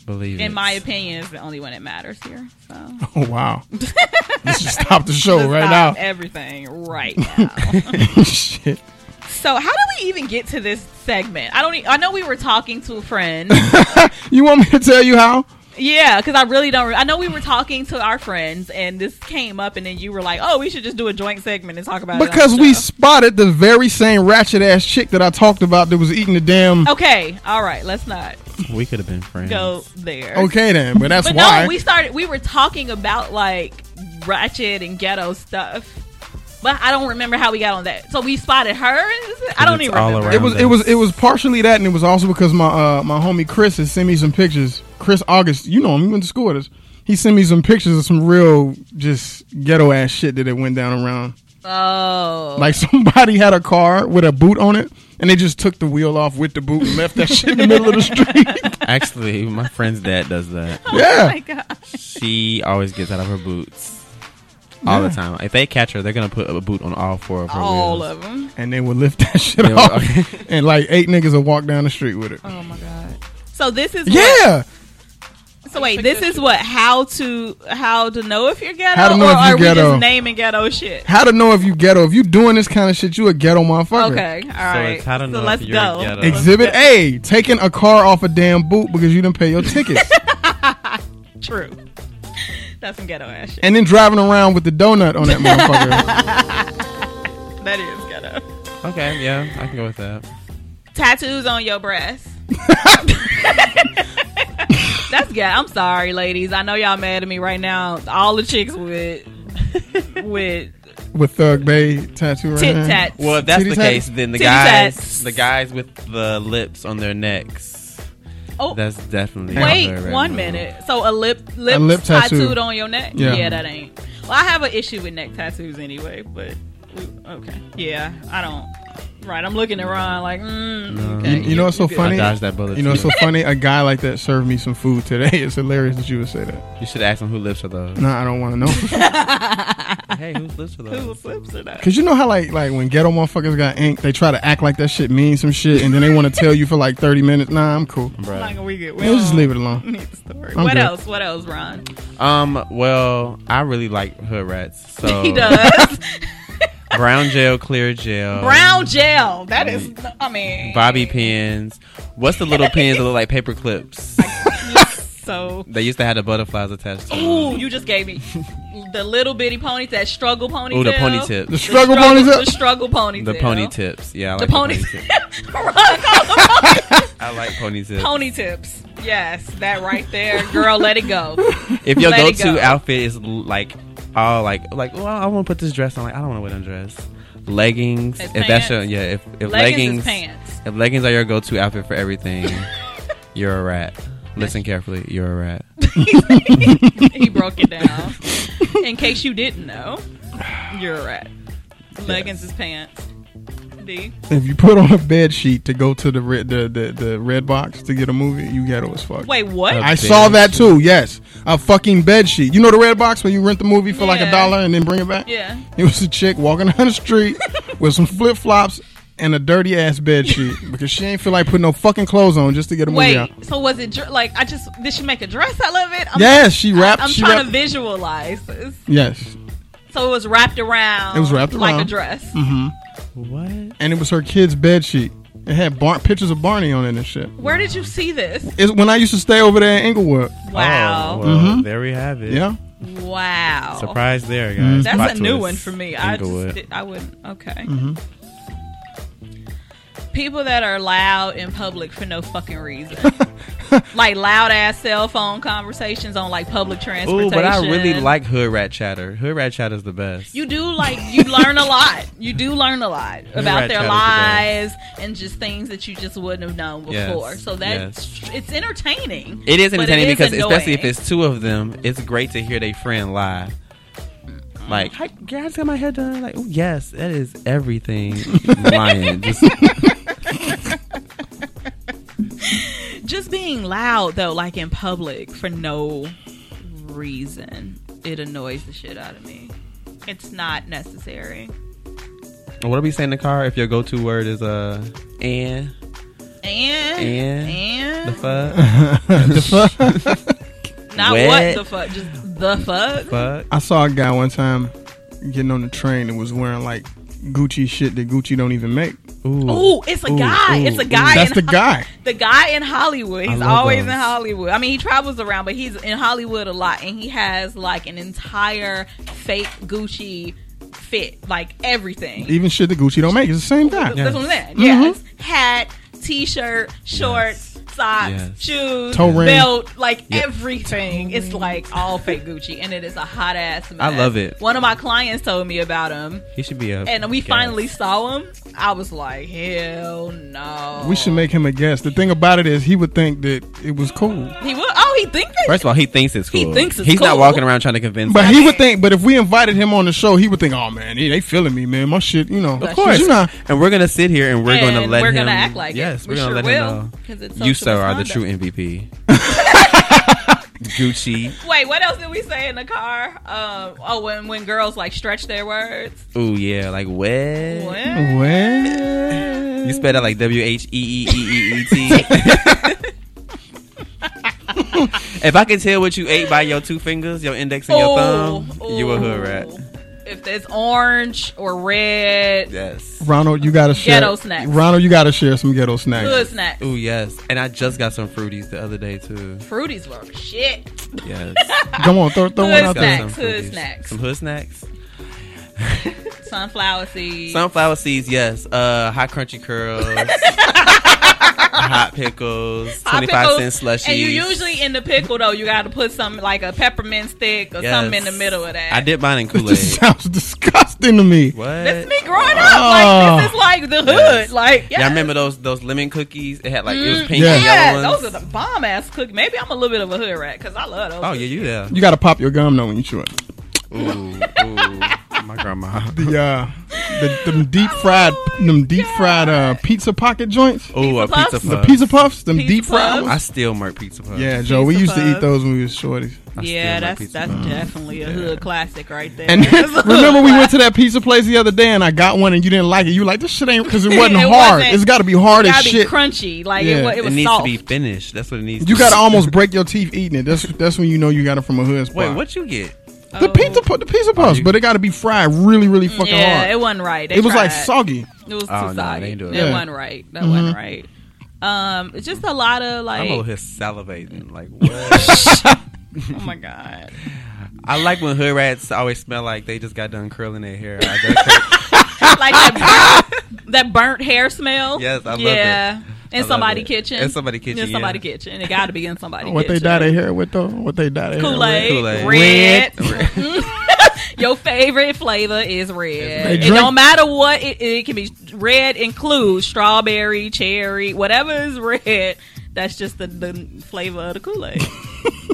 Speaker 5: Believe
Speaker 1: In
Speaker 5: it.
Speaker 1: my opinion, it's the only one that matters here. So
Speaker 3: Oh wow. Let's just stop the show
Speaker 1: Let's
Speaker 3: Oh, right
Speaker 1: stop
Speaker 3: now.
Speaker 1: everything right now.
Speaker 3: Shit.
Speaker 1: so how did we even get to this segment? I don't. e- I know we were talking to a friend.
Speaker 3: You want me to tell you how?
Speaker 1: Yeah, because I really don't. Re- I know we were talking to our friends, and this came up, and then you were like, "Oh, we should just do a joint segment and talk about it." on
Speaker 3: Because
Speaker 1: the
Speaker 3: we
Speaker 1: show."
Speaker 3: spotted the very same ratchet ass chick that I talked about that was eating the damn.
Speaker 1: okay, all right, let's not
Speaker 5: We could have been friends.
Speaker 1: go there.
Speaker 3: Okay then, but that's
Speaker 1: Oh, but
Speaker 3: why.
Speaker 1: no, we started. We were talking about like ratchet and ghetto stuff, but I don't remember how we got on that. So we spotted her. I don't
Speaker 5: It's
Speaker 1: even
Speaker 5: all
Speaker 1: remember.
Speaker 5: around.
Speaker 3: it was it was it was partially that, and it was also because my uh, my homie Chris has sent me some pictures. Chris August, you know him, he went to school with us. He sent me some pictures of some real just ghetto ass shit that it went down around.
Speaker 1: Oh,
Speaker 3: Like somebody had a car with a boot on it, and they just took the wheel off with the boot and left that shit in the middle of the street.
Speaker 5: Actually, my friend's dad does that.
Speaker 1: Oh my
Speaker 3: yeah,
Speaker 1: god.
Speaker 5: She always gets out of her boots all the time. If they catch her, they're gonna put a boot on all four of her
Speaker 1: all
Speaker 5: wheels.
Speaker 1: of them.
Speaker 3: and they would lift that shit
Speaker 5: They would-
Speaker 3: off, and like eight niggas would walk down the street with it.
Speaker 1: Oh my god. So this is What,
Speaker 3: Yeah,
Speaker 1: so wait, this is what how to how to know if you're ghetto,
Speaker 3: How to know
Speaker 1: or
Speaker 3: if you
Speaker 1: are we
Speaker 3: ghetto.
Speaker 1: just naming ghetto shit?
Speaker 3: how to know if you ghetto? If you doing this kind of shit, you a ghetto motherfucker.
Speaker 1: Okay, all right.
Speaker 5: it's how to know if
Speaker 1: let's
Speaker 5: you're
Speaker 1: go.
Speaker 5: ghetto.
Speaker 3: Exhibit A: taking a car off a damn boot because you didn't pay your tickets,
Speaker 1: True. That's some ghetto ass shit.
Speaker 3: and then driving around with the donut on that motherfucker.
Speaker 1: That is ghetto.
Speaker 5: Okay, yeah, I can go with that.
Speaker 1: Tattoos on your breast. That's ghetto. I'm sorry, ladies. I know y'all mad at me right now. All the chicks with with
Speaker 3: with Thug Bay tattoo right
Speaker 1: tit
Speaker 3: now.
Speaker 1: tats.
Speaker 5: Well, if that's
Speaker 3: Titty
Speaker 5: the
Speaker 3: tat-
Speaker 5: case, then the
Speaker 1: Titty
Speaker 5: guys,
Speaker 1: tats.
Speaker 5: the guys with the lips on their necks,
Speaker 1: Oh,
Speaker 5: that's definitely.
Speaker 1: Wait
Speaker 5: another red
Speaker 1: one
Speaker 5: flag.
Speaker 1: minute. So a lip lip,
Speaker 3: lip tattoo.
Speaker 1: tattooed on your neck?
Speaker 3: Yeah.
Speaker 1: that ain't. Well, I have an issue with neck tattoos anyway, but we, okay. Yeah, I don't. Right, I'm looking at Ron like, mm, okay.
Speaker 3: You, you know what's so
Speaker 5: I
Speaker 3: funny?
Speaker 5: dodged that bullet.
Speaker 3: You know
Speaker 5: too.
Speaker 3: what's so funny? A guy like that served me some food today. It's hilarious that you would say that.
Speaker 5: you should ask them who lips are those.
Speaker 3: Nah, I don't want to know.
Speaker 5: hey, whose lips are
Speaker 1: Who
Speaker 5: those?
Speaker 1: flips it up?
Speaker 3: Cause you know how like like when ghetto motherfuckers got ink, they try to act like that shit means some shit, and then they want to tell you for like thirty minutes. Nah, I'm cool.
Speaker 5: Bruh.
Speaker 1: Like, we get. We
Speaker 3: We'll just
Speaker 1: don't
Speaker 3: leave it alone.
Speaker 1: Need the story.
Speaker 3: I'm
Speaker 1: what
Speaker 3: good.
Speaker 1: else? What else, Ron?
Speaker 5: Um. Well, I really like hood rats. So
Speaker 1: He does
Speaker 5: brown gel, clear gel,
Speaker 1: brown gel. That is, I mean,
Speaker 5: Oh. bobby pins. What's the little pins that look like paper clips?
Speaker 1: so.
Speaker 5: They used to have the butterflies attached to. them.
Speaker 1: Ooh, you just gave me the little bitty ponytail, that struggle ponytail.
Speaker 5: Ooh, the pony tips.
Speaker 3: The struggle
Speaker 1: struggle-
Speaker 3: ponies up.
Speaker 1: The struggle ponytail.
Speaker 5: The pony tips. Yeah, I
Speaker 1: The
Speaker 5: like
Speaker 1: pony.
Speaker 5: The pony tips.
Speaker 1: Ron, call them
Speaker 5: I like pony tips.
Speaker 1: pony tips. Yes, that right there, girl. Let it go.
Speaker 5: if your
Speaker 1: Let
Speaker 5: go
Speaker 1: it
Speaker 5: to
Speaker 1: go.
Speaker 5: outfit is l- like all like like well I want to put this dress on like I don't want to wear that dress leggings
Speaker 1: And
Speaker 5: if that's
Speaker 1: pants.
Speaker 5: your yeah if, if leggings,
Speaker 1: Leggings, is pants.
Speaker 5: if leggings are your go to outfit for everything you're a rat listen carefully you're a rat
Speaker 1: He broke it down. In case you didn't know, you're a rat. Leggings is pants. D.
Speaker 3: If you put on a bed sheet to go to the red the, the, the red box to get a movie, you ghetto as fuck.
Speaker 1: Wait, what?
Speaker 5: Uh,
Speaker 3: I
Speaker 5: Bed
Speaker 3: saw that
Speaker 5: sheet.
Speaker 3: too. Yes, a fucking bed sheet. You know the red box where you rent the movie for like a
Speaker 1: Yeah.
Speaker 3: dollar and then bring it back.
Speaker 1: yeah.
Speaker 3: It was a chick walking down the street with some flip flops and a dirty ass bed sheet because she ain't feel like putting no fucking clothes on just to get a movie
Speaker 1: Wait.
Speaker 3: out.
Speaker 1: So was it dr- like I just did she make a dress out of it? I'm,
Speaker 3: Yes, she wrapped.
Speaker 1: I'm
Speaker 3: she
Speaker 1: trying
Speaker 3: wrapped,
Speaker 1: to visualize this.
Speaker 3: Yes,
Speaker 1: So it was wrapped around.
Speaker 3: It was wrapped
Speaker 1: like a
Speaker 3: around. Mm-hmm.
Speaker 1: dress.
Speaker 5: what
Speaker 3: and it was her kid's bed sheet. It had bar- pictures of Barney on it and shit.
Speaker 1: Where did you see this?
Speaker 3: It's when I used to stay over there in Inglewood.
Speaker 1: Wow.
Speaker 5: Oh, there we have it
Speaker 3: Yeah,
Speaker 1: Wow.
Speaker 5: surprise there guys
Speaker 1: That's a new one for me. I just did- I wouldn't. Okay.
Speaker 3: Mm-hmm.
Speaker 1: People that are loud in public for no fucking reason, like loud ass cell phone conversations on like public transportation.
Speaker 5: Ooh, but I really like hood rat chatter hood rat chatter is the best
Speaker 1: You do like you learn a lot. You do learn a lot about
Speaker 5: right,
Speaker 1: their
Speaker 5: Chad,
Speaker 1: lives and just things that you just wouldn't have known
Speaker 5: Yes,
Speaker 1: before. So that's it's entertaining.
Speaker 5: it is
Speaker 1: but
Speaker 5: entertaining
Speaker 1: is
Speaker 5: because especially if
Speaker 1: annoying.
Speaker 5: it's two of them, it's great to hear their friend lie. Like, I, yeah, I just got my hair done. Like, oh yes, that is everything. Lying, just
Speaker 1: just being loud though like in public for no reason it annoys the shit out of me it's not necessary
Speaker 5: what are we saying in the car? If your go-to word is uh, and
Speaker 1: and
Speaker 5: And
Speaker 1: and
Speaker 5: the fuck,
Speaker 1: not
Speaker 5: What?
Speaker 1: what the fuck just the fuck
Speaker 5: fuck.
Speaker 3: I saw a guy one time getting on the train that was wearing like Gucci shit that Gucci don't even make.
Speaker 5: Ooh.
Speaker 1: Ooh, it's a
Speaker 5: Ooh,
Speaker 1: guy.
Speaker 5: ooh,
Speaker 1: it's a
Speaker 5: ooh.
Speaker 1: guy.
Speaker 3: That's
Speaker 1: in
Speaker 3: the
Speaker 1: Ho-
Speaker 3: guy.
Speaker 1: The guy in Hollywood.
Speaker 5: I
Speaker 1: He's
Speaker 5: love
Speaker 1: always in
Speaker 5: those.
Speaker 1: Hollywood. I mean, he travels around, but he's in Hollywood a lot, and he has like an entire fake Gucci fit, like everything.
Speaker 3: Even shit that Gucci don't make. It's the same guy.
Speaker 1: That's what I'm saying.
Speaker 3: Mhm.
Speaker 1: Yes, hat, t-shirt, shorts. Socks,
Speaker 5: Yes.
Speaker 1: shoes,
Speaker 3: Toe ring.
Speaker 1: belt, like
Speaker 5: Yeah.
Speaker 1: everything. It's like all fake Gucci, and it is a hot ass. Mess.
Speaker 5: I love it.
Speaker 1: One of my clients told me about him,
Speaker 5: He should be a.
Speaker 1: and we
Speaker 5: guest.
Speaker 1: finally saw him. I was like, hell no.
Speaker 3: We should make him a guest. The thing about it is, he would think that it was cool.
Speaker 1: He will. Oh, he think that.
Speaker 5: First of all, he thinks it's cool.
Speaker 1: He thinks it's
Speaker 5: He's not
Speaker 1: cool.
Speaker 5: walking around trying to convince.
Speaker 3: But
Speaker 5: us.
Speaker 3: he would think. But if we invited him on the show, he would think, "Oh man, they, they feeling me, man. My shit, you know."
Speaker 5: of course.
Speaker 3: you know,
Speaker 5: And we're gonna sit here and we're gonna
Speaker 1: And
Speaker 5: let
Speaker 1: we're
Speaker 5: him.
Speaker 1: gonna act like it.
Speaker 5: yes,
Speaker 1: We
Speaker 5: we're gonna
Speaker 1: sure
Speaker 5: let
Speaker 1: will,
Speaker 5: him
Speaker 1: 'cause it's
Speaker 5: know. You
Speaker 1: social
Speaker 5: sir are the
Speaker 1: misconduct.
Speaker 5: true MVP. Gucci.
Speaker 1: Wait, what else did we say in the car? Um, oh, when when girls like stretch their words.
Speaker 5: Ooh yeah, like what?
Speaker 1: What?
Speaker 3: well,
Speaker 5: You spell that like W H E E E E E T. If I can tell what you ate by your two fingers, your index and your thumb,
Speaker 1: Ooh,
Speaker 5: you a hood
Speaker 1: ooh.
Speaker 5: rat.
Speaker 1: If it's orange or red,
Speaker 5: Yes.
Speaker 3: Ronald, you gotta share
Speaker 1: Ghetto snacks.
Speaker 3: Ronald, you gotta share some ghetto snacks.
Speaker 1: hood snacks.
Speaker 5: Ooh yes. And I just got some fruities the other day too.
Speaker 1: Fruities were shit.
Speaker 5: Yes.
Speaker 3: Come on, throw, throw
Speaker 1: Hood
Speaker 3: one out
Speaker 5: Got
Speaker 3: there.
Speaker 5: some
Speaker 1: Snacks, hood
Speaker 5: Fruities.
Speaker 1: snacks.
Speaker 5: Some hood snacks.
Speaker 1: Sunflower seeds.
Speaker 5: Sunflower seeds, yes. Uh, hot crunchy curls, hot pickles,
Speaker 1: Hot
Speaker 5: twenty five cent
Speaker 1: pickles.
Speaker 5: slushies.
Speaker 1: And you usually in the pickle though, you got to put some like a peppermint stick or
Speaker 5: Yes.
Speaker 1: something in the middle of that.
Speaker 5: I did mine in Kool
Speaker 3: This
Speaker 5: Aid.
Speaker 3: just sounds disgusting to me.
Speaker 5: What?
Speaker 1: That's me growing up. Like this is like the hood.
Speaker 5: Oh. Yes.
Speaker 1: Like
Speaker 5: Yeah, I remember those those lemon cookies. It had like it was pink
Speaker 3: Yeah.
Speaker 5: and
Speaker 1: Mm. Yeah,
Speaker 5: yellow ones.
Speaker 1: those are the bomb ass cookies. Maybe I'm a little bit of a hood rat because I love those.
Speaker 5: oh yeah, you there?
Speaker 3: You gotta pop your gum though when you chew it.
Speaker 5: Ooh, ooh, my grandma.
Speaker 3: The uh, the them deep fried, them deep fried uh pizza pocket joints.
Speaker 5: Ooh, a
Speaker 1: puffs?
Speaker 5: pizza
Speaker 3: The
Speaker 5: puff.
Speaker 3: pizza puffs, them
Speaker 1: Pizza
Speaker 3: deep fried.
Speaker 1: puffs?
Speaker 5: I
Speaker 3: ones.
Speaker 5: still murk pizza puff.
Speaker 3: Yeah, Joe, we
Speaker 1: Pizza
Speaker 3: used to eat
Speaker 1: puffs.
Speaker 3: those when we was shorties.
Speaker 5: I still
Speaker 1: Yeah,
Speaker 5: like
Speaker 1: that's
Speaker 5: pizza
Speaker 1: that's
Speaker 5: puff.
Speaker 1: definitely a hood classic right there.
Speaker 3: And
Speaker 1: That's a hood
Speaker 3: remember, we went
Speaker 1: classic.
Speaker 3: to that pizza place the other day, and I got one, and you didn't like it. You were like this shit ain't because it wasn't
Speaker 1: It
Speaker 3: hard.
Speaker 1: wasn't-
Speaker 3: it's got to be hard
Speaker 1: It
Speaker 3: as
Speaker 1: gotta be
Speaker 3: shit.
Speaker 1: crunchy. Like
Speaker 3: Yeah.
Speaker 1: it, wa- it
Speaker 5: It,
Speaker 1: was
Speaker 5: needs
Speaker 1: soft.
Speaker 5: to be finished. That's what it needs.
Speaker 3: You
Speaker 5: to
Speaker 3: gotta
Speaker 5: be.
Speaker 3: almost break your teeth eating it. That's that's when you know you got it from a hood spot.
Speaker 5: Wait, what you get? Oh.
Speaker 3: The pizza, pu- the pizza puffs,
Speaker 5: you-
Speaker 3: but it got to be fried really, really fucking
Speaker 1: yeah,
Speaker 3: hard.
Speaker 1: it wasn't right. They
Speaker 3: It was like
Speaker 1: tried.
Speaker 3: soggy.
Speaker 1: It was too
Speaker 5: Oh, no, they
Speaker 1: soggy.
Speaker 5: ain't doing
Speaker 1: it
Speaker 3: that.
Speaker 1: wasn't right. That
Speaker 3: Mm-hmm.
Speaker 1: wasn't right. Um, it's just a lot of like.
Speaker 5: I'm over here salivating. Like what?
Speaker 1: oh my god.
Speaker 5: I like when hood rats always smell like they just got done curling their hair. I just-
Speaker 1: like that burnt, that burnt hair smell.
Speaker 5: Yes, I love
Speaker 1: yeah.
Speaker 5: I
Speaker 1: In
Speaker 5: love
Speaker 1: somebody
Speaker 5: it.
Speaker 1: kitchen.
Speaker 5: In somebody kitchen,
Speaker 1: In somebody
Speaker 5: yeah.
Speaker 1: kitchen. It got to be in somebody
Speaker 3: What they
Speaker 1: kitchen.
Speaker 3: dyed their hair with though? What they dyed their
Speaker 1: Kool
Speaker 3: hair
Speaker 1: Aid, red.
Speaker 5: Kool-Aid. Red.
Speaker 1: Your favorite flavor is red.
Speaker 5: They
Speaker 1: it
Speaker 3: drink-
Speaker 1: don't matter what it, it can be. Red includes strawberry, cherry, whatever is red. That's just the, the flavor of the Kool Aid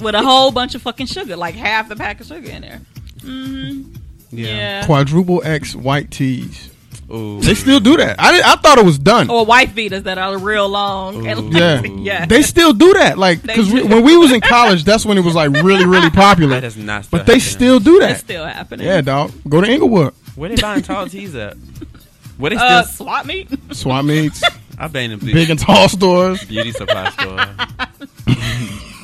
Speaker 1: with a whole bunch of fucking sugar, like half the pack of sugar in there. Mm-hmm.
Speaker 5: yeah.
Speaker 3: with? Quadruple X white tees.
Speaker 5: Ooh.
Speaker 3: They still do that. I did, I thought it was done.
Speaker 1: Or white Vitas that are real long.
Speaker 5: Ooh.
Speaker 1: And
Speaker 3: Yeah.
Speaker 1: yeah.
Speaker 3: They still do that. Like
Speaker 1: They
Speaker 3: because
Speaker 1: do.
Speaker 3: when we was in college, that's when it was like really, really popular.
Speaker 5: That is not.
Speaker 3: But they still do
Speaker 1: it's
Speaker 3: that.
Speaker 1: still happening.
Speaker 3: Yeah, dog. Go to Inglewood.
Speaker 5: Where they buying tall tees at? Where they still?
Speaker 1: Uh, swap meet.
Speaker 3: Swap meets,
Speaker 5: I been in
Speaker 3: big and tall stores.
Speaker 5: beauty supply store.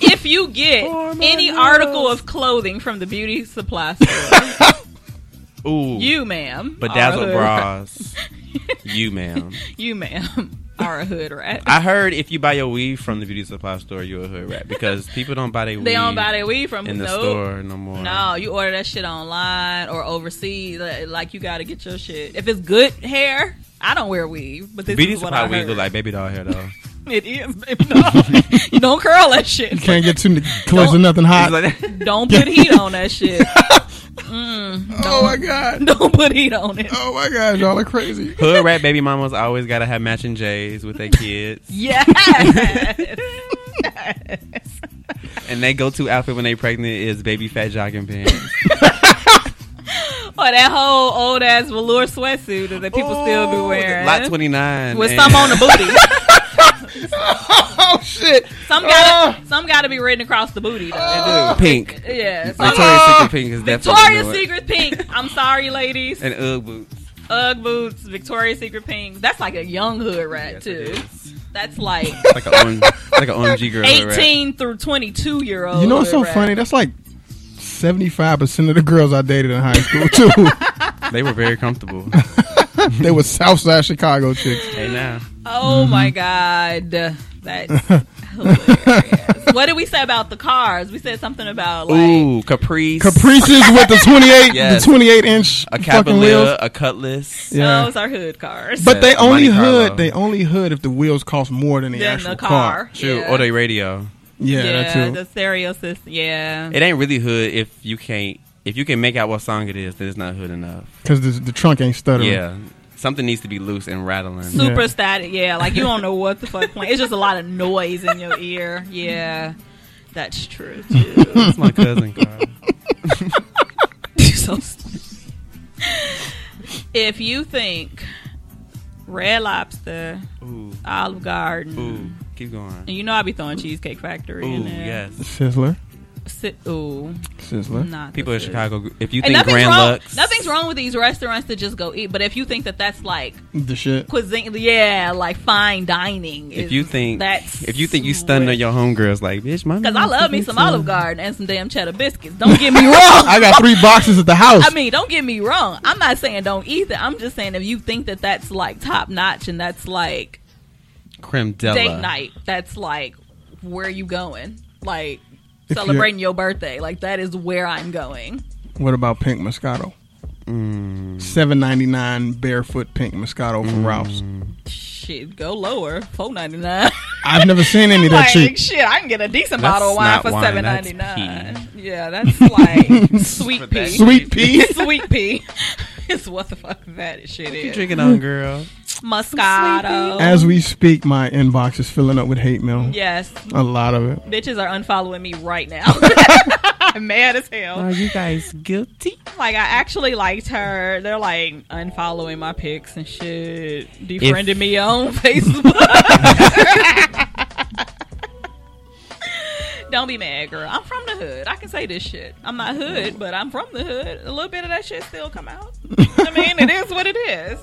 Speaker 1: if you get any article of clothing from the beauty supply store,
Speaker 5: Ooh.
Speaker 1: you, ma'am, are a
Speaker 5: bedazzled
Speaker 1: hood-
Speaker 5: bras. you, ma'am.
Speaker 1: You, ma'am, are a hood rat.
Speaker 5: I heard if you buy your weave from the beauty supply store, you're a hood rat because people don't buy their weave
Speaker 1: They don't buy their weed from
Speaker 5: in the
Speaker 1: nope.
Speaker 5: store no more.
Speaker 1: No, you order that shit online or overseas. li- Like you got to get your shit. If it's good hair, I don't wear weave, but this
Speaker 5: Beauty
Speaker 1: is what I
Speaker 5: supply weave
Speaker 1: heard.
Speaker 5: look like baby doll hair though.
Speaker 1: It is, baby. No. you don't curl that shit.
Speaker 3: You can't get too close to nothing hot.
Speaker 5: It's like
Speaker 1: Don't put heat on that shit.
Speaker 3: oh my god.
Speaker 1: Don't put heat on it.
Speaker 3: Oh my god. Y'all are crazy.
Speaker 5: Hood rat baby mamas always gotta have matching J's with their kids,
Speaker 1: Yes.
Speaker 5: and they go to outfit when they pregnant is baby fat jogging pants.
Speaker 1: Or that whole old ass velour sweatsuit that people still be
Speaker 5: Ooh,
Speaker 1: wearing.
Speaker 5: Lot twenty nine
Speaker 1: with some on the booty.
Speaker 3: Oh shit.
Speaker 1: Some gotta some gotta be written across the booty though.
Speaker 5: pink.
Speaker 1: Yeah. some-
Speaker 5: Victoria's Secret pink is definitely
Speaker 1: Oh, Victoria's
Speaker 5: doing it.
Speaker 1: Secret pink. I'm sorry, ladies.
Speaker 5: and UGG boots.
Speaker 1: UGG boots, Victoria's Secret pink. That's like a young hood rat
Speaker 5: Yes, it
Speaker 1: too.
Speaker 5: is.
Speaker 1: That's like
Speaker 5: Like a orange, like an OMG girl. right?
Speaker 1: 18 through 22 year old.
Speaker 3: You know what's
Speaker 1: hood
Speaker 3: so
Speaker 1: rat.
Speaker 3: funny? That's like seventy five percent of the girls I dated in high school too.
Speaker 5: They were very comfortable.
Speaker 3: they were Southside Chicago chicks.
Speaker 5: Hey now.
Speaker 1: Oh
Speaker 5: Mm-hmm.
Speaker 1: my god, that's hilarious. what did we say about the cars? We said something about like
Speaker 5: Ooh, Caprice.
Speaker 3: Caprices with the twenty eight,
Speaker 5: Yes.
Speaker 3: the twenty eight inch
Speaker 5: A
Speaker 3: fucking
Speaker 5: Cavalier,
Speaker 3: wheels.
Speaker 5: a Cutlass.
Speaker 3: Yeah.
Speaker 1: those are oh, hood cars.
Speaker 3: But they
Speaker 5: Yeah,
Speaker 3: only
Speaker 5: Monte Carlo.
Speaker 3: hood. They only hood if the wheels cost more than the
Speaker 1: Than
Speaker 3: actual
Speaker 1: the
Speaker 3: car.
Speaker 1: car.
Speaker 5: True.
Speaker 1: Yeah.
Speaker 5: Or the radio.
Speaker 3: Yeah, that too.
Speaker 1: the stereo system. Yeah,
Speaker 5: It ain't really hood if you can't if you can make out what song it is, then it's not hood enough.
Speaker 3: Because the, the trunk ain't stuttering.
Speaker 5: Yeah. Something needs to be loose and rattling.
Speaker 3: So-
Speaker 1: super
Speaker 3: Yeah.
Speaker 1: static. Yeah, like you don't know what the fuck playing. It's just a lot of noise in your ear. Yeah, that's true. Too.
Speaker 5: That's my cousin car.
Speaker 1: So stupid. if you think Red Lobster,
Speaker 5: Ooh.
Speaker 1: Olive Garden,
Speaker 5: Ooh. Keep going.
Speaker 1: and you know I be throwing Cheesecake Factory
Speaker 5: Ooh,
Speaker 1: in there.
Speaker 5: yes.
Speaker 3: Sizzler,
Speaker 1: Si- ooh,
Speaker 3: Sizzler.
Speaker 1: not
Speaker 5: People
Speaker 1: the
Speaker 5: in
Speaker 1: sis.
Speaker 5: Chicago, if you
Speaker 1: And
Speaker 5: think
Speaker 1: nothing's
Speaker 5: Grand
Speaker 1: wrong.
Speaker 5: Lux,
Speaker 1: Nothing's wrong with these restaurants to just go eat, but if you think that that's like
Speaker 3: The shit.
Speaker 1: cuisine, yeah, like fine dining.
Speaker 5: If
Speaker 1: is-
Speaker 5: you think
Speaker 1: that's
Speaker 5: if you think you stunning your homegirls, like bitch, my
Speaker 1: because I
Speaker 5: mama
Speaker 1: love me
Speaker 5: cooking
Speaker 1: some
Speaker 5: too.
Speaker 1: Olive Garden and some damn cheddar biscuits. Don't get me wrong.
Speaker 3: I got three boxes at the house.
Speaker 1: I mean, don't get me wrong. I'm not saying don't eat it. I'm just saying if you think that that's like top notch and that's like
Speaker 5: creme della.
Speaker 1: date night, that's like where you going? Like
Speaker 3: If you're-
Speaker 1: celebrating your birthday. Like that is where I'm going.
Speaker 3: what about pink Moscato?
Speaker 5: Mm.
Speaker 3: Seven ninety nine barefoot pink Moscato from Ralph's.
Speaker 1: Shit, go lower. Four ninety nine.
Speaker 3: I've never seen any that
Speaker 1: like
Speaker 3: cheap.
Speaker 1: shit, I can get a decent
Speaker 5: That's
Speaker 1: bottle of wine
Speaker 5: not
Speaker 1: for
Speaker 5: wine,
Speaker 1: seven ninety
Speaker 5: that's
Speaker 1: nine. Yeah, that's like sweet pea.
Speaker 3: Sweet pea.
Speaker 1: sweet pea. it's what the fuck that shit
Speaker 5: You
Speaker 1: is.
Speaker 5: drinking on girl?
Speaker 1: Moscato.
Speaker 3: As we speak, my inbox is filling up with hate mail.
Speaker 1: yes,
Speaker 3: A lot of it.
Speaker 1: bitches are unfollowing me right now. I'm mad as hell.
Speaker 5: you guys guilty?
Speaker 1: Like I actually liked her. They're like unfollowing my pics and shit. Defriended me on Facebook. Don't be mad, girl. I'm from the hood. I can say this shit. I'm not hood, but I'm from the hood. A little bit of that shit still come out. I mean, it is what it is.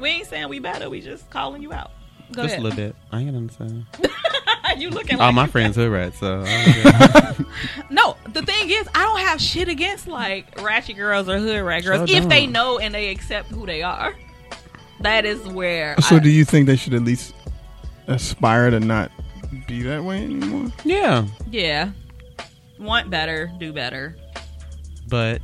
Speaker 1: We ain't saying we better. We just calling you out. Go
Speaker 5: Just a
Speaker 1: ahead.
Speaker 5: little bit. I ain't understand.
Speaker 1: you looking
Speaker 5: All
Speaker 1: like
Speaker 5: my
Speaker 1: you-
Speaker 5: friends hood rat, so I don't care.
Speaker 1: No, the thing is, I don't have shit against like ratchet girls or hood rat girls
Speaker 5: Sure
Speaker 1: if they
Speaker 5: don't.
Speaker 1: know and they accept who they are. That is where.
Speaker 3: So,
Speaker 1: I-
Speaker 3: do you think they should at least aspire to not be that way anymore?
Speaker 5: yeah,
Speaker 1: yeah, want better, do better.
Speaker 5: but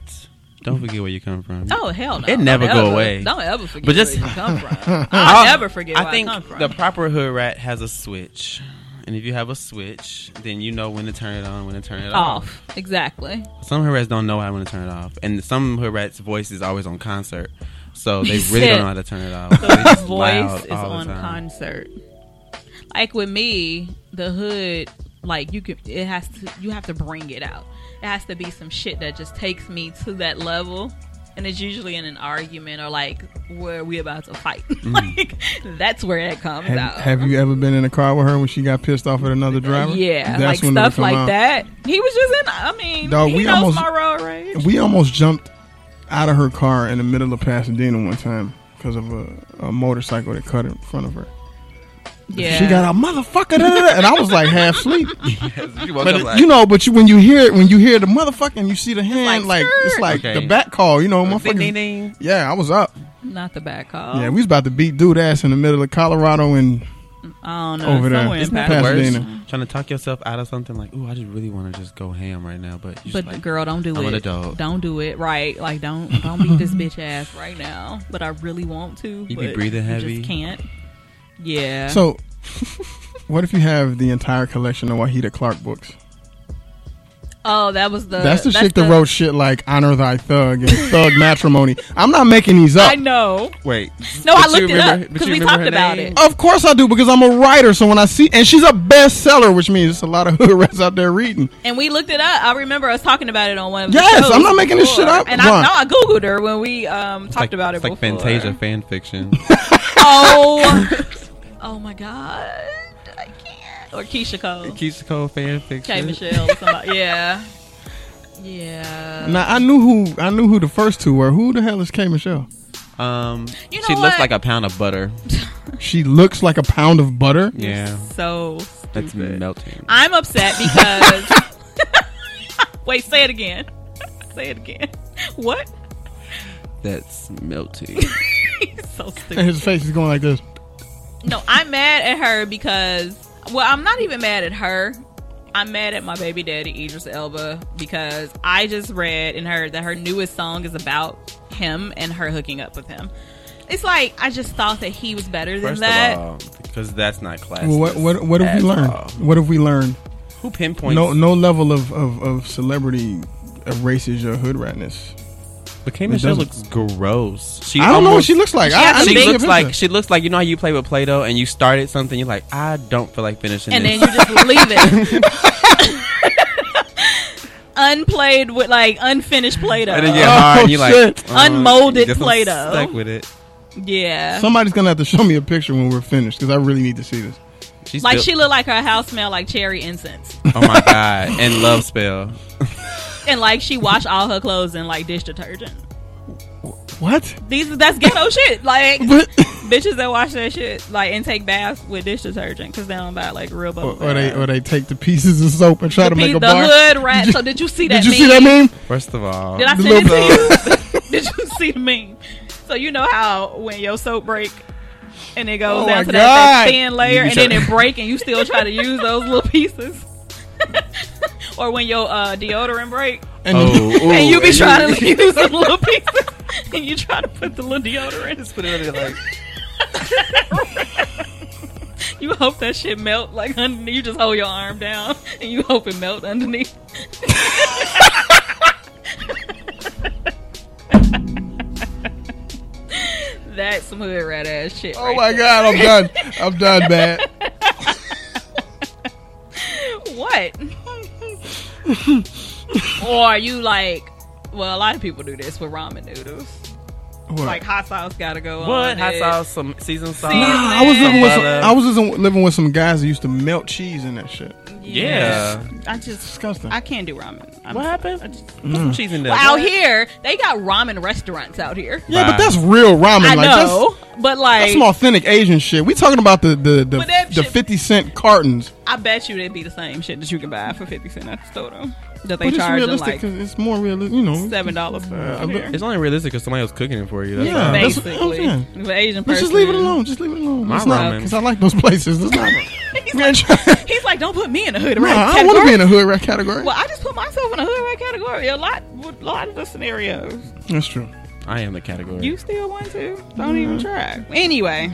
Speaker 5: don't forget where you come from.
Speaker 1: Oh hell no!
Speaker 5: It never
Speaker 1: Don't
Speaker 5: go
Speaker 1: ever-
Speaker 5: away.
Speaker 1: Don't ever forget
Speaker 5: But just-
Speaker 1: where you come from. I'll never forget where
Speaker 5: I
Speaker 1: I
Speaker 5: think
Speaker 1: come from.
Speaker 5: the proper hood rat has a switch, and if you have a switch, then you know when to turn it on, when to turn it off.
Speaker 1: off exactly.
Speaker 5: Some hood rats don't know how when to turn it off, and some hood rats' voice is always on concert, so they
Speaker 1: He said
Speaker 5: really don't know how to turn it off. They
Speaker 1: the
Speaker 5: just loud
Speaker 1: voice is
Speaker 5: all the
Speaker 1: on
Speaker 5: time.
Speaker 1: concert. Like with me, the hood, like you can, it has to, you have to bring it out. It has to be some shit that just takes me to that level. And it's usually in an argument or like where we about to fight. like that's where it comes
Speaker 3: Mm. Have,
Speaker 1: out.
Speaker 3: have you ever been in a car with her when she got pissed off at another driver?
Speaker 1: yeah, like
Speaker 3: That's when it'll
Speaker 1: stuff
Speaker 3: come
Speaker 1: like
Speaker 3: out.
Speaker 1: that. He was just in. I mean,
Speaker 3: Dog,
Speaker 1: he
Speaker 3: we
Speaker 1: knows
Speaker 3: almost-
Speaker 1: my road rage.
Speaker 3: We almost jumped out of her car in the middle of Pasadena one time because of a, a motorcycle that cut in front of her.
Speaker 1: yeah,
Speaker 3: She got a motherfucker, da, da, da," and I was like half asleep.
Speaker 5: Yes, you woke
Speaker 3: But
Speaker 5: up
Speaker 3: it-
Speaker 5: like,
Speaker 3: you know, but you, when you hear it, when you hear the motherfucker, and you see the hand, like,
Speaker 1: like,
Speaker 3: it's
Speaker 1: "Skirt."
Speaker 3: like
Speaker 5: Okay.
Speaker 3: the back call, you know,
Speaker 5: ding, ding,
Speaker 3: motherfucker.
Speaker 5: ding.
Speaker 3: Yeah, I was up.
Speaker 1: not the back call.
Speaker 3: Yeah, we was about to beat dude ass in the middle of Colorado and
Speaker 1: I don't know.
Speaker 3: over there.
Speaker 1: somewhere in
Speaker 3: Isn't that
Speaker 1: Pasadena.
Speaker 3: the worst?
Speaker 5: Worse,
Speaker 3: Pasadena.
Speaker 5: trying to talk yourself out of something like, ooh, I just really want to just go ham right now, but you
Speaker 1: But
Speaker 5: like,
Speaker 1: girl, don't do
Speaker 5: I'm
Speaker 1: it.
Speaker 5: an adult.
Speaker 1: Don't do it. Right? Like don't don't beat this bitch ass right now. But I really want to.
Speaker 5: You be
Speaker 1: but
Speaker 5: breathing heavy.
Speaker 1: Just can't. Yeah.
Speaker 3: so. What if you have the entire collection of Wahida Clark books?
Speaker 1: oh, that was the.
Speaker 3: that's the chick that wrote shit like "Honor Thy Thug" and "Thug Matrimony." I'm not making these up.
Speaker 1: I know.
Speaker 5: wait.
Speaker 1: No, I
Speaker 5: But you
Speaker 1: looked it up
Speaker 5: remember- but
Speaker 1: 'cause
Speaker 5: you
Speaker 1: we
Speaker 5: remember
Speaker 1: talked
Speaker 5: her
Speaker 1: about
Speaker 5: name?
Speaker 1: it.
Speaker 3: Of course I do because I'm a writer. So when I see, and she's a bestseller, which means there's a lot of hood rats out there reading.
Speaker 1: And we looked it up. I remember us talking about it on one of the
Speaker 3: Yes,
Speaker 1: shows
Speaker 3: I'm not making this
Speaker 1: before.
Speaker 3: shit up.
Speaker 1: And
Speaker 3: Bruh.
Speaker 1: I know I googled her when we um talked
Speaker 5: Like-
Speaker 1: about it.
Speaker 5: it's like
Speaker 1: before.
Speaker 5: Fantasia fan fiction.
Speaker 1: Oh. oh my god. I can't. Or Keisha Cole.
Speaker 5: Keisha Cole fan fiction.
Speaker 1: K. Michelle. or Somebody. Yeah. Yeah.
Speaker 3: Now I knew who I knew who the first two were. Who the hell is K Michelle?
Speaker 5: Um,
Speaker 1: You
Speaker 5: she
Speaker 1: know
Speaker 5: looks
Speaker 1: what?
Speaker 5: like a pound of butter.
Speaker 3: She looks like a pound of butter.
Speaker 5: Yeah,
Speaker 1: So
Speaker 5: that's
Speaker 1: stupid.
Speaker 5: melting.
Speaker 1: I'm upset because. Wait, say it again. Say it again. What?
Speaker 5: That's melting.
Speaker 1: so
Speaker 3: And
Speaker 1: stupid.
Speaker 3: his face is going like this.
Speaker 1: No, I'm mad at her because, well, I'm not even mad at her. I'm mad at my baby daddy, Idris Elba, because I just read and heard that her newest song is about him and her hooking up with him. It's like, I just thought that he was better than
Speaker 5: First
Speaker 1: that.
Speaker 5: of all, because that's not class.
Speaker 3: Well, what what what have we learned? What have we learned?
Speaker 5: Who pinpoints?
Speaker 3: No no level of, of, of celebrity erases your hood ratness.
Speaker 5: but K
Speaker 3: it
Speaker 5: Michelle looks
Speaker 3: doesn't-
Speaker 5: gross. She
Speaker 3: I don't know what
Speaker 5: almost-
Speaker 3: she looks like. I, I
Speaker 1: She
Speaker 3: didn't see a
Speaker 5: She looks
Speaker 3: picture.
Speaker 5: like she looks like you know how you play with Play-Doh and you started something. You're like, I don't feel like finishing.
Speaker 1: and
Speaker 5: this.
Speaker 1: then you just leave it. Unplayed with like unfinished Play
Speaker 5: and then
Speaker 1: Doh.
Speaker 5: you get
Speaker 3: Oh,
Speaker 5: hard and you're
Speaker 3: shit.
Speaker 5: like, uh,
Speaker 1: Unmolded
Speaker 5: you just
Speaker 1: Play-Doh.
Speaker 5: Stuck with it.
Speaker 1: Yeah.
Speaker 3: Somebody's gonna have to show me a picture when we're finished because I really need to see this.
Speaker 5: She's
Speaker 1: Like she
Speaker 5: still,
Speaker 1: looked like her house smelled like cherry incense.
Speaker 5: Oh my god! And love spell.
Speaker 1: And like she washed all her clothes in like dish detergent.
Speaker 3: What?
Speaker 1: These that's ghetto shit. Like
Speaker 3: But
Speaker 1: bitches that wash that shit like and take baths with dish detergent because they don't buy like real
Speaker 3: or,
Speaker 1: bubble.
Speaker 3: or they
Speaker 1: bath.
Speaker 3: or they take the pieces of soap and try
Speaker 1: the,
Speaker 3: to make
Speaker 1: pe-
Speaker 3: a
Speaker 1: the
Speaker 3: bar.
Speaker 1: hood rat.
Speaker 3: Did you-
Speaker 1: so did you see that?
Speaker 3: Did you
Speaker 1: meme?
Speaker 3: see that meme?
Speaker 5: First of all,
Speaker 1: Did I
Speaker 3: The
Speaker 1: send it
Speaker 3: little
Speaker 1: to you? Did you see the meme? So you know how when your soap break and it goes
Speaker 3: Oh my
Speaker 1: down to that, that
Speaker 3: God.
Speaker 1: thin layer
Speaker 5: You
Speaker 1: and then
Speaker 5: try-
Speaker 1: it break and you still try to use those little pieces. or when your uh, deodorant break
Speaker 3: And
Speaker 5: Oh, ooh,
Speaker 1: and you be trying to use the little pieces and you try to put the little deodorant.
Speaker 5: Just put it under like
Speaker 1: You hope that shit melt like underneath. You just hold your arm down and you hope it melt underneath. That's some hood rat ass shit.
Speaker 3: oh
Speaker 1: right
Speaker 3: my
Speaker 1: there.
Speaker 3: god, I'm done. I'm done, bad.
Speaker 1: What? or you like? Well, a lot of people do this with ramen noodles.
Speaker 3: What?
Speaker 1: Like hot sauce gotta go on.
Speaker 5: what? Hot
Speaker 1: it.
Speaker 5: sauce, some seasoned sauce.
Speaker 1: Season-
Speaker 3: Nah, I was living with some,
Speaker 5: Butter.
Speaker 3: I was just living with some guys that used to melt cheese in that shit.
Speaker 5: Yeah.
Speaker 1: I just
Speaker 3: Disgusting.
Speaker 1: I can't do ramen. I'm
Speaker 5: What
Speaker 1: sorry.
Speaker 5: happened?
Speaker 1: I just-
Speaker 5: Put some cheese in there.
Speaker 1: Well, out here, they got ramen restaurants out here.
Speaker 3: yeah,
Speaker 5: Bye.
Speaker 3: but that's real ramen.
Speaker 1: I
Speaker 3: like That's,
Speaker 1: know, but like,
Speaker 3: that's some authentic Asian shit. We talking about the the
Speaker 1: But that
Speaker 3: the, the
Speaker 1: shit-
Speaker 3: fifty cent cartons.
Speaker 1: I bet you they'd be the same shit that you can buy for fifty cent at the store. Though, that they
Speaker 3: but it's
Speaker 1: charge them
Speaker 3: realistic
Speaker 1: like
Speaker 3: 'cause it's more realistic. You know,
Speaker 1: seven dollars for.
Speaker 3: Uh, I
Speaker 1: out
Speaker 3: bet-
Speaker 1: here.
Speaker 5: It's only realistic because somebody was cooking it for you. That's
Speaker 3: Yeah.
Speaker 5: all.
Speaker 3: that's what-
Speaker 1: Basically,
Speaker 3: oh,
Speaker 1: If an Asian person.
Speaker 3: Let's just leave it alone. Just leave it alone.
Speaker 5: My
Speaker 3: It's not
Speaker 5: ramen.
Speaker 3: because I like those places. It's not.
Speaker 1: He's
Speaker 3: We ain't
Speaker 1: like,
Speaker 3: trying-
Speaker 1: he's like, don't put me in a hood
Speaker 3: Nah,
Speaker 1: rat
Speaker 3: I want to
Speaker 1: category.
Speaker 3: be in a hood rat category.
Speaker 1: well, I just put myself in a hood rat category. A lot, with a lot of the scenarios.
Speaker 3: That's true.
Speaker 5: I am the category.
Speaker 1: You still want to? Don't even
Speaker 3: Mm-hmm.
Speaker 1: try. Anyway,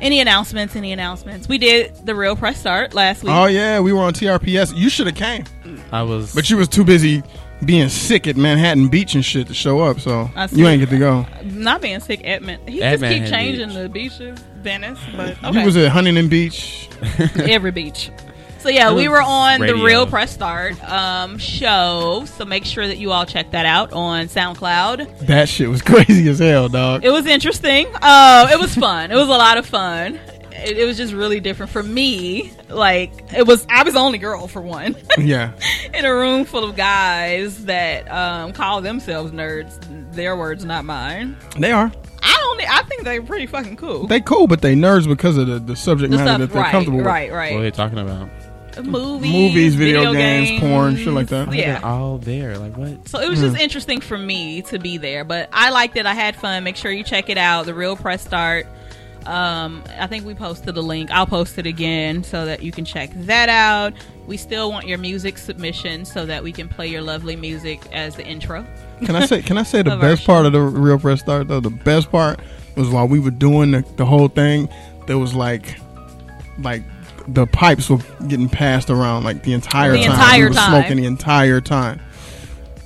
Speaker 1: any announcements? Any announcements? We did the real press start last week.
Speaker 3: Oh yeah, we were on TRPS. You should have came,
Speaker 5: I was.
Speaker 3: but you was too busy being sick at Manhattan Beach and shit to show up. So
Speaker 1: I see.
Speaker 3: you ain't get to go.
Speaker 1: Not being sick at Man- he
Speaker 5: At
Speaker 1: just keep
Speaker 5: Manhattan
Speaker 1: changing
Speaker 5: Beach.
Speaker 1: the beaches, Venice, but
Speaker 3: You
Speaker 1: okay.
Speaker 3: was at Huntington Beach.
Speaker 1: every beach. So yeah, we
Speaker 5: was
Speaker 1: were on the
Speaker 5: radio.
Speaker 1: Real Press Start um, show, so make sure that you all check that out on SoundCloud.
Speaker 3: That shit was crazy as hell, dog.
Speaker 1: It was interesting. Uh, it was fun. It was a lot of fun. It, it was just really different for me. Like it was, I was the only girl for one
Speaker 3: yeah,
Speaker 1: in a room full of guys that um, call themselves nerds. Their words, not mine.
Speaker 3: they are.
Speaker 1: I don't. I think they're pretty fucking cool.
Speaker 3: They cool, but they nerds because of the, the subject
Speaker 1: The
Speaker 3: matter
Speaker 1: stuff-
Speaker 3: that they're
Speaker 1: right,
Speaker 3: comfortable
Speaker 1: right,
Speaker 5: What
Speaker 1: right.
Speaker 5: are they talking about?
Speaker 1: movies,
Speaker 3: Movies, video games, porn, shit like that. Hmm.
Speaker 1: Yeah.
Speaker 5: They're all there. Like what?
Speaker 1: So it was just interesting for me to be there, but I liked it. I had fun. Make sure you check it out. The real press start. Um, I think we posted a link. I'll post it again so that you can check that out. We still want your music submission so that we can play your lovely music as the intro.
Speaker 3: with. Can I say? Can I say the
Speaker 1: Of
Speaker 3: best
Speaker 1: our
Speaker 3: part of the real press start though? The best part was while we were doing the, the whole thing, there was like, like the pipes were getting passed around like the entire
Speaker 1: The
Speaker 3: time.
Speaker 1: entire
Speaker 3: we were
Speaker 1: time.
Speaker 3: smoking the entire time.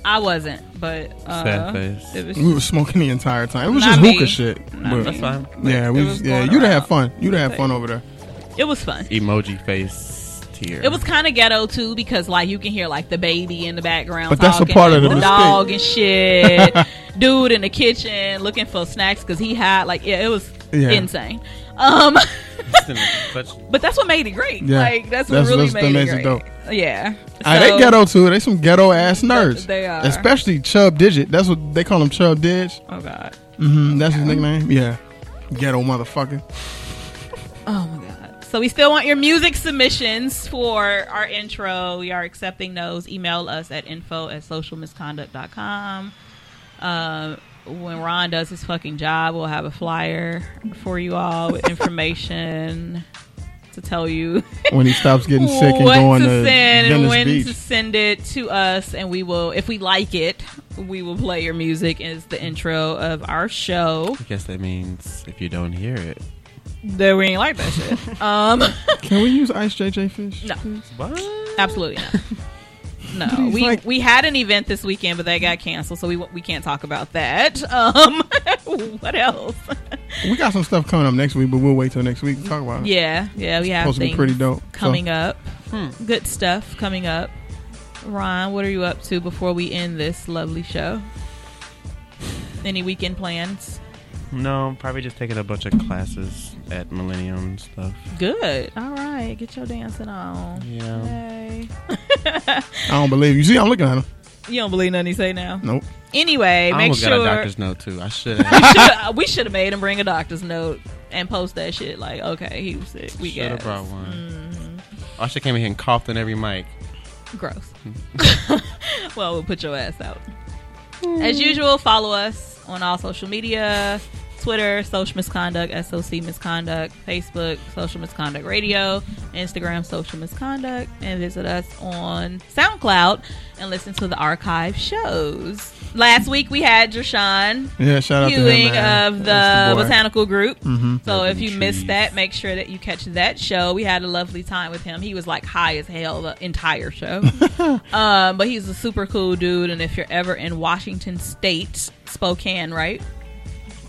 Speaker 1: I wasn't, but uh,
Speaker 5: Sad face.
Speaker 1: it was
Speaker 3: We were smoking the entire time. It was
Speaker 1: Not
Speaker 3: just
Speaker 1: me.
Speaker 3: hookah shit. But-
Speaker 5: That's fine.
Speaker 3: yeah,
Speaker 1: It
Speaker 3: we
Speaker 1: was
Speaker 3: was, yeah,
Speaker 1: going
Speaker 3: you'd have
Speaker 1: around.
Speaker 3: had fun. You'd have had fun over there.
Speaker 1: it was fun.
Speaker 5: Emoji face tear.
Speaker 1: It was kind of ghetto too because like you can hear like the baby in the background,
Speaker 3: But that's a
Speaker 1: talking,
Speaker 3: part
Speaker 1: like,
Speaker 3: of the
Speaker 1: the
Speaker 3: mistake.
Speaker 1: dog and shit. Dude in the kitchen looking for snacks because he had like yeah, it was
Speaker 3: Yeah.
Speaker 1: insane. Um,
Speaker 5: Such-
Speaker 1: but that's what made it great.
Speaker 3: Yeah.
Speaker 1: Like that's what
Speaker 3: That's-
Speaker 1: really
Speaker 3: that's what
Speaker 1: made
Speaker 3: makes
Speaker 1: it
Speaker 3: it
Speaker 1: great.
Speaker 3: dope.
Speaker 1: Yeah,
Speaker 3: Ah,
Speaker 1: So-
Speaker 3: they ghetto too. They some ghetto ass nerds.
Speaker 1: They are.
Speaker 3: Especially Chubb Digit. That's what they call him, Chubb Digit.
Speaker 1: Oh god.
Speaker 3: hmm That's his nickname. Yeah, ghetto motherfucker.
Speaker 1: Oh my god. So we still want your music submissions for our intro. We are accepting those. Email us at info at socialmisconduct.com. Um, when Ron does his fucking job, we'll have a flyer for you all with information to tell you
Speaker 3: when he stops getting sick and
Speaker 1: what
Speaker 3: going
Speaker 1: to
Speaker 3: to
Speaker 1: send and
Speaker 3: Venice
Speaker 1: when
Speaker 3: Beach.
Speaker 1: to send it to us, and we will, if we like it, we will play your music as the intro of our show.
Speaker 5: I guess that means if you don't hear it.
Speaker 1: Though we ain't like that shit. Um,
Speaker 3: Can we use Ice JJ Fish?
Speaker 1: No.
Speaker 3: please?
Speaker 5: What?
Speaker 1: absolutely not. No,
Speaker 3: Please,
Speaker 1: we
Speaker 3: like-
Speaker 1: we had an event this weekend, but that got canceled, so we we can't talk about that. Um, what else?
Speaker 3: We got some stuff coming up next week, but we'll wait till next week to talk about it.
Speaker 1: Yeah, yeah, we have
Speaker 3: supposed to be
Speaker 1: things
Speaker 3: pretty dope, so. Hmm.
Speaker 1: coming up. Good stuff coming up. Ron, what are you up to before we end this lovely show? Any weekend plans?
Speaker 5: No, I'm probably just taking a bunch of classes at Millennium and stuff.
Speaker 1: Good. All right, get your dancing on.
Speaker 5: Yeah.
Speaker 1: Yay.
Speaker 3: I don't believe you. See, I'm looking at him.
Speaker 1: you don't believe nothing he say now.
Speaker 3: Nope.
Speaker 1: Anyway,
Speaker 5: I
Speaker 1: make
Speaker 5: almost got a
Speaker 1: sure
Speaker 5: doctor's note too. I should
Speaker 1: we
Speaker 5: have.
Speaker 1: shoulda- uh, we should have made him bring a doctor's note and post that shit. Like, okay, he was sick. We
Speaker 5: should have
Speaker 1: got
Speaker 5: brought one. I should came in here and coughed on every mic.
Speaker 1: Gross.
Speaker 5: Hmm.
Speaker 1: well, we'll put your ass out. As usual, follow us on all social media Twitter, Social Misconduct, SOC Misconduct, Facebook, Social Misconduct Radio, Instagram, Social Misconduct, and visit us on SoundCloud and listen to the archive shows. Last week we had Jashawn
Speaker 3: Yeah, shout out to him.
Speaker 1: viewing
Speaker 3: man.
Speaker 1: of the,
Speaker 3: That's boy.
Speaker 1: botanical group.
Speaker 3: Mhm.
Speaker 1: So if
Speaker 5: Lovely
Speaker 1: you
Speaker 5: trees.
Speaker 1: missed that, make sure that you catch that show. We had a lovely time with him. He was like high as hell the entire show. um, but he's a super cool dude. And if you're ever in Washington State, Spokane, right?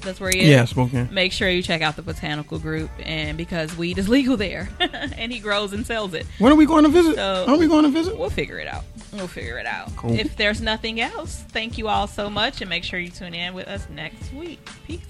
Speaker 1: That's where he is.
Speaker 3: Yeah, Spokane.
Speaker 1: Make sure you check out the botanical group, and because weed is legal there, and he grows and sells it.
Speaker 3: When are we going to visit?
Speaker 1: So-
Speaker 3: are we going to visit?
Speaker 1: We'll figure it out. We'll figure it out.
Speaker 3: Cool.
Speaker 1: If there's nothing else, thank you all so much, and make sure you tune in with us next week. Peace.